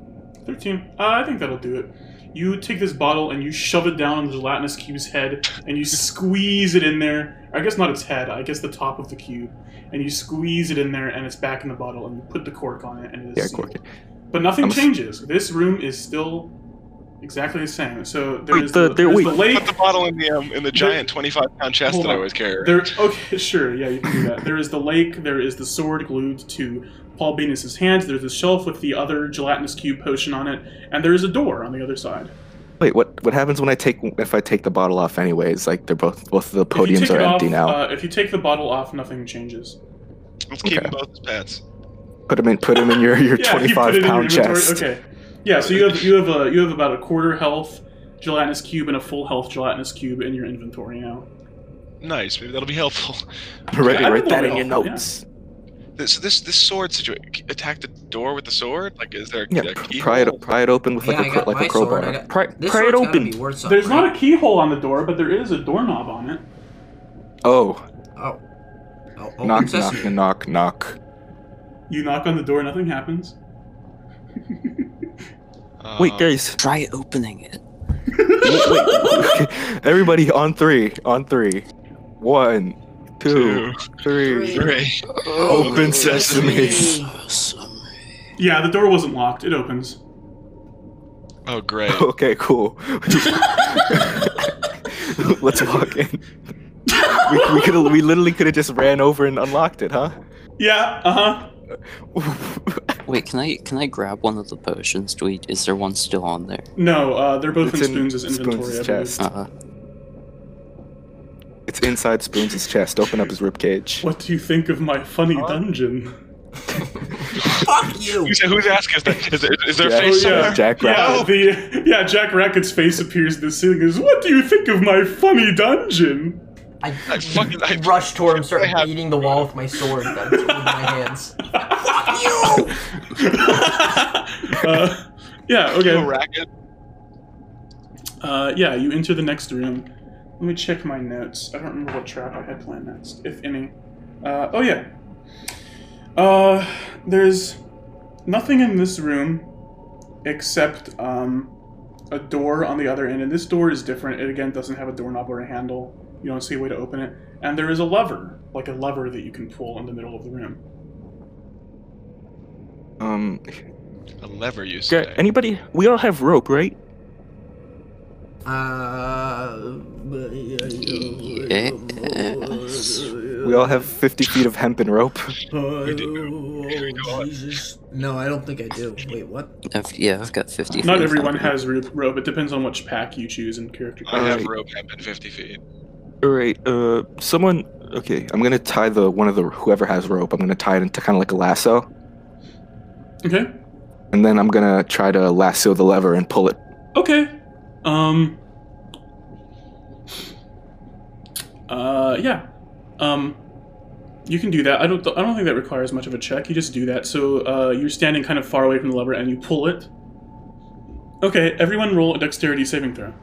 S3: Thirteen. Uh, I think that'll do it. You take this bottle and you shove it down on the gelatinous cube's head, and you squeeze it in there. I guess not its head. I guess the top of the cube, and you squeeze it in there, and it's back in the bottle. And you put the cork on it, and it is
S2: Yeah,
S3: sealed.
S2: cork it.
S3: But nothing
S2: I'm s-
S3: changes. This room is still exactly the same. So
S7: Wait,
S3: there's
S7: the-
S3: the,
S7: there-
S3: there's
S7: wait.
S3: the lake.
S5: Put the bottle in the um, in the giant twenty-five pound chest
S3: Hold
S5: that I
S3: on.
S5: always carry. around.
S3: There, okay, sure, yeah, you can do that. There is the lake. There is the sword glued to Paul Venus's hands. There's a shelf with the other gelatinous cube potion on it, and there is a door on the other side.
S2: Wait, what? What happens when I take if I take the bottle off? Anyways, like they're both both of the
S3: If you
S2: podiums
S3: take
S2: are
S3: it
S2: empty
S3: off,
S2: now.
S3: Uh, if you take the bottle off, nothing changes.
S5: Let's keep
S2: Okay.
S5: them both as pets.
S2: put them in. Put them in your your
S3: Yeah,
S2: twenty
S3: you put
S2: five
S3: it in your
S2: pound
S3: inventory.
S2: chest.
S3: Okay. Yeah, so you have you have a, you have about a quarter health gelatinous cube and a full health gelatinous cube in your inventory now.
S5: Nice. Maybe that'll be helpful.
S2: Ready?
S3: I
S2: Write
S3: think
S2: that in
S3: that'll
S2: your
S3: help, yeah.
S2: notes.
S5: This this this sword situation. Attack the door with the sword. Like, is there a,
S2: Yeah,
S5: a
S2: pr-
S5: keyhole?
S2: pry it pry it open with
S4: Yeah, I
S2: like a
S4: got
S2: cro- like
S4: my
S2: a
S4: sword,
S2: crowbar.
S4: I got-
S2: pry
S4: This
S2: pry
S4: sword's
S2: it
S4: gotta
S2: open.
S4: be worth something.
S3: There's not a keyhole on the door, but there is a doorknob on it.
S2: Oh,
S4: Oh. Oh, oh
S2: knock
S4: sesame.
S2: knock knock knock.
S3: You knock on the door, nothing happens.
S5: Uh,
S7: wait, guys,
S6: Try opening it.
S2: Everybody on three on three. One, two, three.
S4: Three.
S5: Three.
S4: Oh,
S2: Open sesame.
S3: Yeah, the door wasn't locked. It opens.
S5: Oh, great.
S2: Okay, cool. Let's walk in. we we could we literally could have just ran over and unlocked it, huh?
S3: Yeah, uh huh.
S6: Wait, can I can I grab one of the potions? Do we, is there one still on there?
S3: No, uh, they're both
S2: It's
S3: in
S2: in
S3: Spoons' inventory.
S2: Spoons'
S3: I believe.
S2: chest.
S6: Uh,
S2: it's inside Spoons' chest. Open up his ribcage.
S3: What do you think of my funny dungeon?
S4: Fuck you.
S5: Who's, who's asking us that? Is, there- is there a
S2: Jack-
S5: face
S3: Oh, yeah.
S5: somewhere?
S2: Jack
S3: Yeah,
S2: Rabbit.
S3: the yeah Jack Racket's face appears. This ceiling is. What do you think of my funny dungeon?
S4: I,
S5: I fucking- I-
S4: rushed toward him, started
S5: I have-
S4: beating the wall with my sword that was in my hands. Fuck you!
S3: uh, yeah.
S5: You a
S3: Okay.
S5: racket?
S3: Uh, yeah. You enter the next room. Let me check my notes. I don't remember what trap I had planned next, if any. Uh, oh yeah. Uh, there's nothing in this room except um, a door on the other end, and this door is different. It again doesn't have a doorknob or a handle. You don't see a way to open it, and there is a lever, like a lever that you can pull in the middle of the room.
S2: Um,
S5: A lever, you
S7: gu-
S5: say.
S7: anybody? We all have rope, right?
S4: Uh,
S6: Yes.
S2: we all have fifty feet of hempen rope.
S4: Oh, Jesus. No, I don't think I do. Wait, what?
S6: I've, yeah, I've got fifty.
S3: Not
S6: things
S3: everyone
S6: on me.
S3: has rope. rope. It depends on which pack you choose and character.
S5: I have
S2: Alright.
S5: rope hemp in 50 feet.
S7: All right, uh, someone.
S2: Okay, I'm gonna tie the one of the whoever has rope. I'm gonna tie it into kind of like a lasso,
S3: Okay.
S2: and then I'm gonna try to lasso the lever and pull it.
S3: Okay. Um. Uh, yeah. Um, you can do that. I don't. I don't think that requires much of a check. You just do that. So uh, you're standing kind of far away from the lever, and you pull it. Okay, everyone, roll a dexterity saving throw.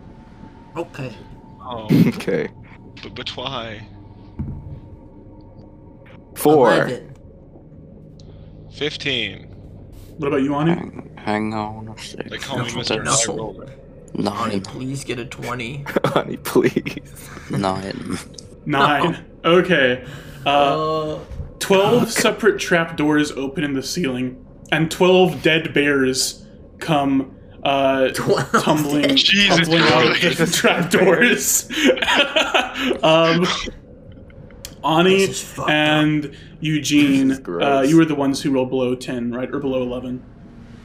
S4: Okay.
S5: Oh,
S2: okay.
S5: but, but why?
S2: Four.
S4: 11.
S5: 15.
S3: What about you, Anu?
S6: Hang, hang on a sec.
S5: They call me
S6: That's
S5: Mr.
S4: No.
S5: High Roller.
S4: Ani,
S6: Nine.
S4: please get a 20.
S2: Honey, please.
S6: Nine.
S3: Nine. Okay. Uh,
S4: Oh. Uh,
S3: twelve separate trap doors open in the ceiling, and twelve dead bears come uh,
S4: 12.
S3: tumbling,
S5: Jesus
S3: tumbling out of the
S5: Christ.
S3: trap doors. um,
S4: This
S3: Ani
S4: is fucked up.
S3: and
S2: This
S3: Eugene,
S2: is
S3: uh,
S2: gross.
S3: you were the ones who rolled below ten, right, or below eleven.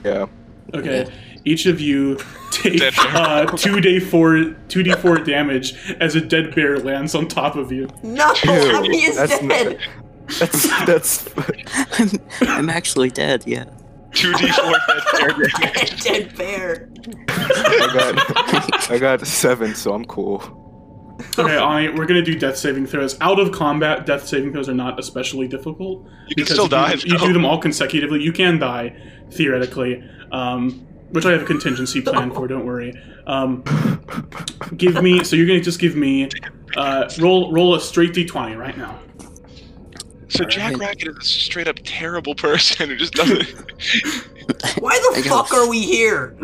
S2: Yeah.
S3: Okay. Each of you take
S5: Dead bear.
S3: uh, two d four two d four damage as a dead bear lands on top of you.
S4: No, Ani is
S2: that's not-
S4: dead.
S2: That's that's
S6: I'm, I'm actually dead, yeah.
S5: 2d4 dead bear.
S4: dead bear.
S2: I got I got seven, so I'm cool.
S3: Okay, Ani, we're gonna do death saving throws. Out of combat, death saving throws are not especially difficult.
S5: You can still
S3: if
S5: die.
S3: You, you do them all consecutively. You can die, theoretically, um, which I have a contingency plan for. Don't worry. Um, give me. So you're gonna just give me. Uh, roll roll a straight d20 right now.
S5: So Jack Racket is a straight up terrible person who just doesn't.
S4: Why the
S6: I got
S4: fuck
S6: a-
S4: are we here?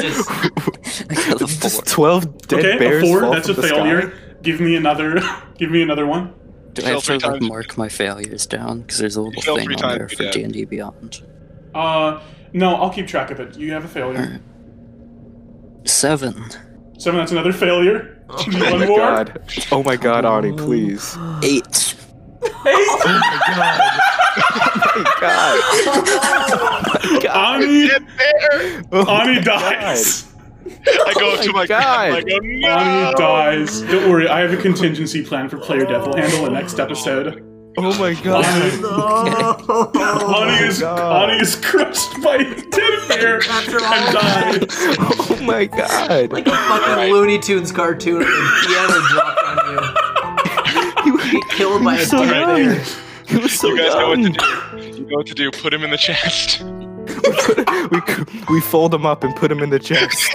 S4: Just-
S6: I got a
S2: It's
S6: four.
S2: just twelve dead
S3: okay,
S2: bears.
S3: a four.
S2: fall
S3: That's a
S2: from the
S3: failure. Give me another. give me another one.
S6: Do I
S5: Fail
S6: have to
S5: three
S6: like,
S5: times.
S6: mark my failures down? Because there's a little
S5: Fail
S6: thing
S5: three
S6: on
S5: times,
S6: there
S5: be
S6: for
S5: dead.
S6: D and D Beyond.
S3: Uh, no, I'll keep track of it. You have a failure.
S6: Seven.
S3: Seven. That's another failure.
S2: sky. Oh
S3: one
S2: my
S3: more.
S2: god. Oh my god, Arnie, please.
S6: Eight.
S2: God.
S3: Ani,
S2: Oh
S3: Ani
S2: my
S3: dies.
S5: I go up to my
S2: God.
S5: I go, no!
S3: Ani dies. Don't worry, I have a contingency plan for player death. We'll handle it next episode.
S2: God. Oh my god.
S3: Ani,
S4: no.
S3: Ani is
S2: God.
S3: Ani is crushed by dead bear
S4: After
S3: and
S4: all,
S3: dies.
S2: Oh my god.
S4: like a fucking Looney Tunes cartoon, a piano dropped on
S7: You,
S4: you. Get killed by a
S7: so
S4: dead
S7: young.
S4: bear.
S7: He was so
S5: You guys know what
S7: young.
S5: to do. You know what to do. Put him in the chest.
S2: We c- we fold him up and put him in the chest.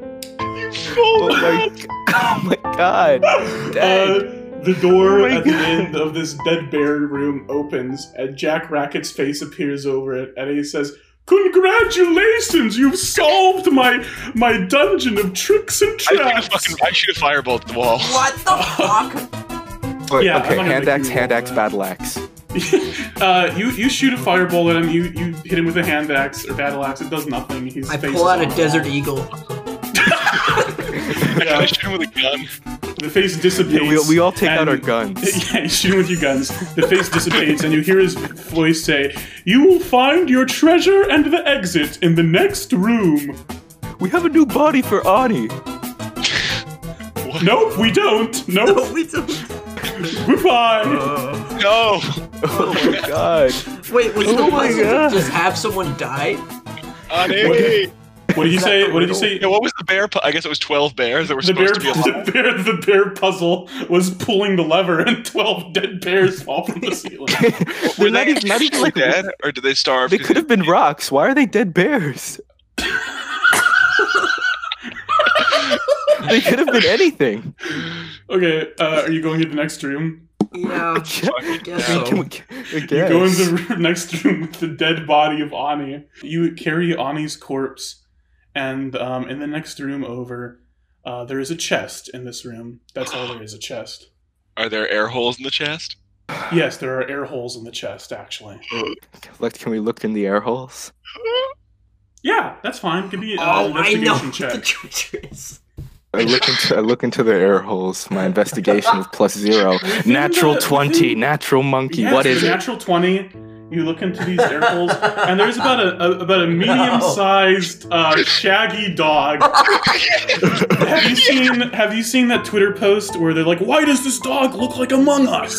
S2: Oh my, g- oh my god.
S3: Uh,
S2: Dang.
S3: the door
S7: Oh my
S3: at the
S7: God.
S3: end of this dead bear room opens, and Jack Racket's face appears over it, and he says, "Congratulations, you've solved my my dungeon of tricks and
S5: I shoot,
S3: traps."
S5: a fucking, I shoot a fireball at the wall.
S4: What the fuck?
S2: Wait,
S3: yeah, I'm
S2: okay,
S3: not gonna
S2: hand
S3: make
S2: axe,
S3: you
S2: hand
S3: roll
S2: axe,
S3: that.
S2: battle axe.
S3: uh, you you shoot a fireball at him. You you hit him with a hand axe or battle axe. It does nothing. His
S4: I
S3: face
S4: pull
S3: is
S4: out a
S3: on
S4: desert
S3: fire.
S4: eagle.
S3: Yeah.
S5: I try to shoot him with a gun.
S4: e-
S3: The face dissipates.
S2: Yeah, we, we all take out
S3: and-
S2: our guns.
S3: Yeah, you shoot him with your guns. The face dissipates, and you hear his voice say, "You will find your treasure and the exit in the next room."
S2: We have a new body for Ani.
S3: Nope, we don't. Nope.
S4: No, we don't.
S3: Goodbye.
S2: Uh,
S5: No.
S2: Oh my god.
S4: Wait, was
S2: Oh
S4: the
S2: my
S4: puzzle to
S2: God.
S4: just have someone die?
S5: Ani.
S3: what did you say? What did you say?
S5: Yeah, what was the bear? Pu- I guess it was twelve bears that were
S3: The bear,
S5: supposed to be alive.
S3: the bear, the bear puzzle was pulling the lever, and twelve dead bears fall from the ceiling.
S2: They're
S5: Were
S2: not
S5: they
S2: even, not even
S5: actually
S2: like
S5: dead, or did they starve?
S2: They could have been rocks. Why are they dead bears? they could have been anything.
S3: Okay, uh, are you going to the next room?
S4: Yeah, I
S5: Fucking
S4: guess
S2: Can
S4: so.
S2: we, I
S3: You go in
S2: guess.
S3: the r- next room with the dead body of Ani. You carry Ani's corpse, and um, in the next room over, uh, there is a chest in this room. That's all there is a chest.
S5: Are there air holes in the chest?
S3: Yes, there are air holes in the chest, actually.
S2: Like, can we look in the air holes?
S3: Yeah, that's fine. Give me an
S4: Oh, I know
S3: investigation
S4: what the
S3: check.
S4: treasure is.
S2: I look into I look into the air holes. My investigation is plus zero.
S3: Within
S2: Natural
S3: the-
S2: twenty.
S3: within-
S2: Natural monkey.
S3: Yes,
S2: what
S3: the
S2: is it?
S3: Natural 20. You look into these air holes, and there's about a, a about a medium-sized uh, shaggy dog. have you seen Have you seen that Twitter post where they're like, "Why does this dog look like Among Us?"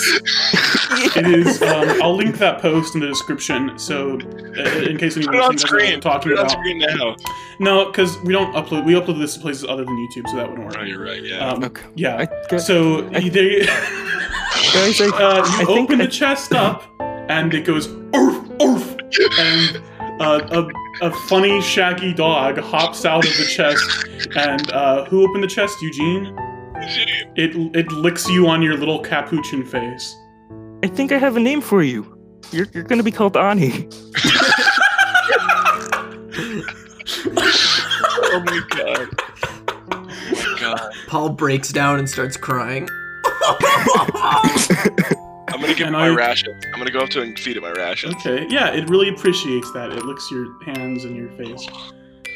S3: It is. Um, I'll link that post in the description, so uh, in case
S5: Put
S3: anyone
S5: it on
S3: knows what I'm
S5: screen. Put
S3: talking
S5: it on
S3: about.
S5: screen now.
S3: No, because we don't upload. We upload this to places other than YouTube, so that wouldn't
S5: Oh,
S3: work.
S5: you're right. Yeah.
S3: Um,
S2: Okay.
S3: yeah.
S7: I guess,
S3: So
S7: I-
S3: they.
S7: guys, I,
S3: Uh, you
S7: I
S3: open
S7: think
S3: the
S7: I-
S3: chest up, and it goes orf orf, and uh, a, a funny shaggy dog hops out of the chest. And uh, who opened the chest, Eugene? It it licks you on your little capuchin face.
S7: I think I have a name for you. You're, you're gonna be called Ani.
S5: oh my god. Oh my god.
S4: Paul breaks down and starts crying.
S5: I'm gonna give it
S3: And
S5: my
S3: I-
S5: rations. I'm gonna go up to it and feed it my rations.
S3: Okay, yeah, it really appreciates that. It licks your hands and your face.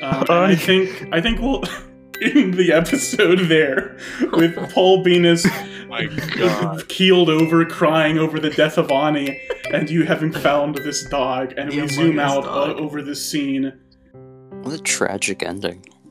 S3: Um, and I
S7: I-
S3: think I think we'll end the episode there with Paul Venus
S5: Oh my god.
S3: keeled over, crying over the death of Ani, and you having found this dog. And
S4: The
S3: we zoom
S4: humongous
S3: out
S4: dog.
S3: o- over this scene.
S6: What a tragic ending.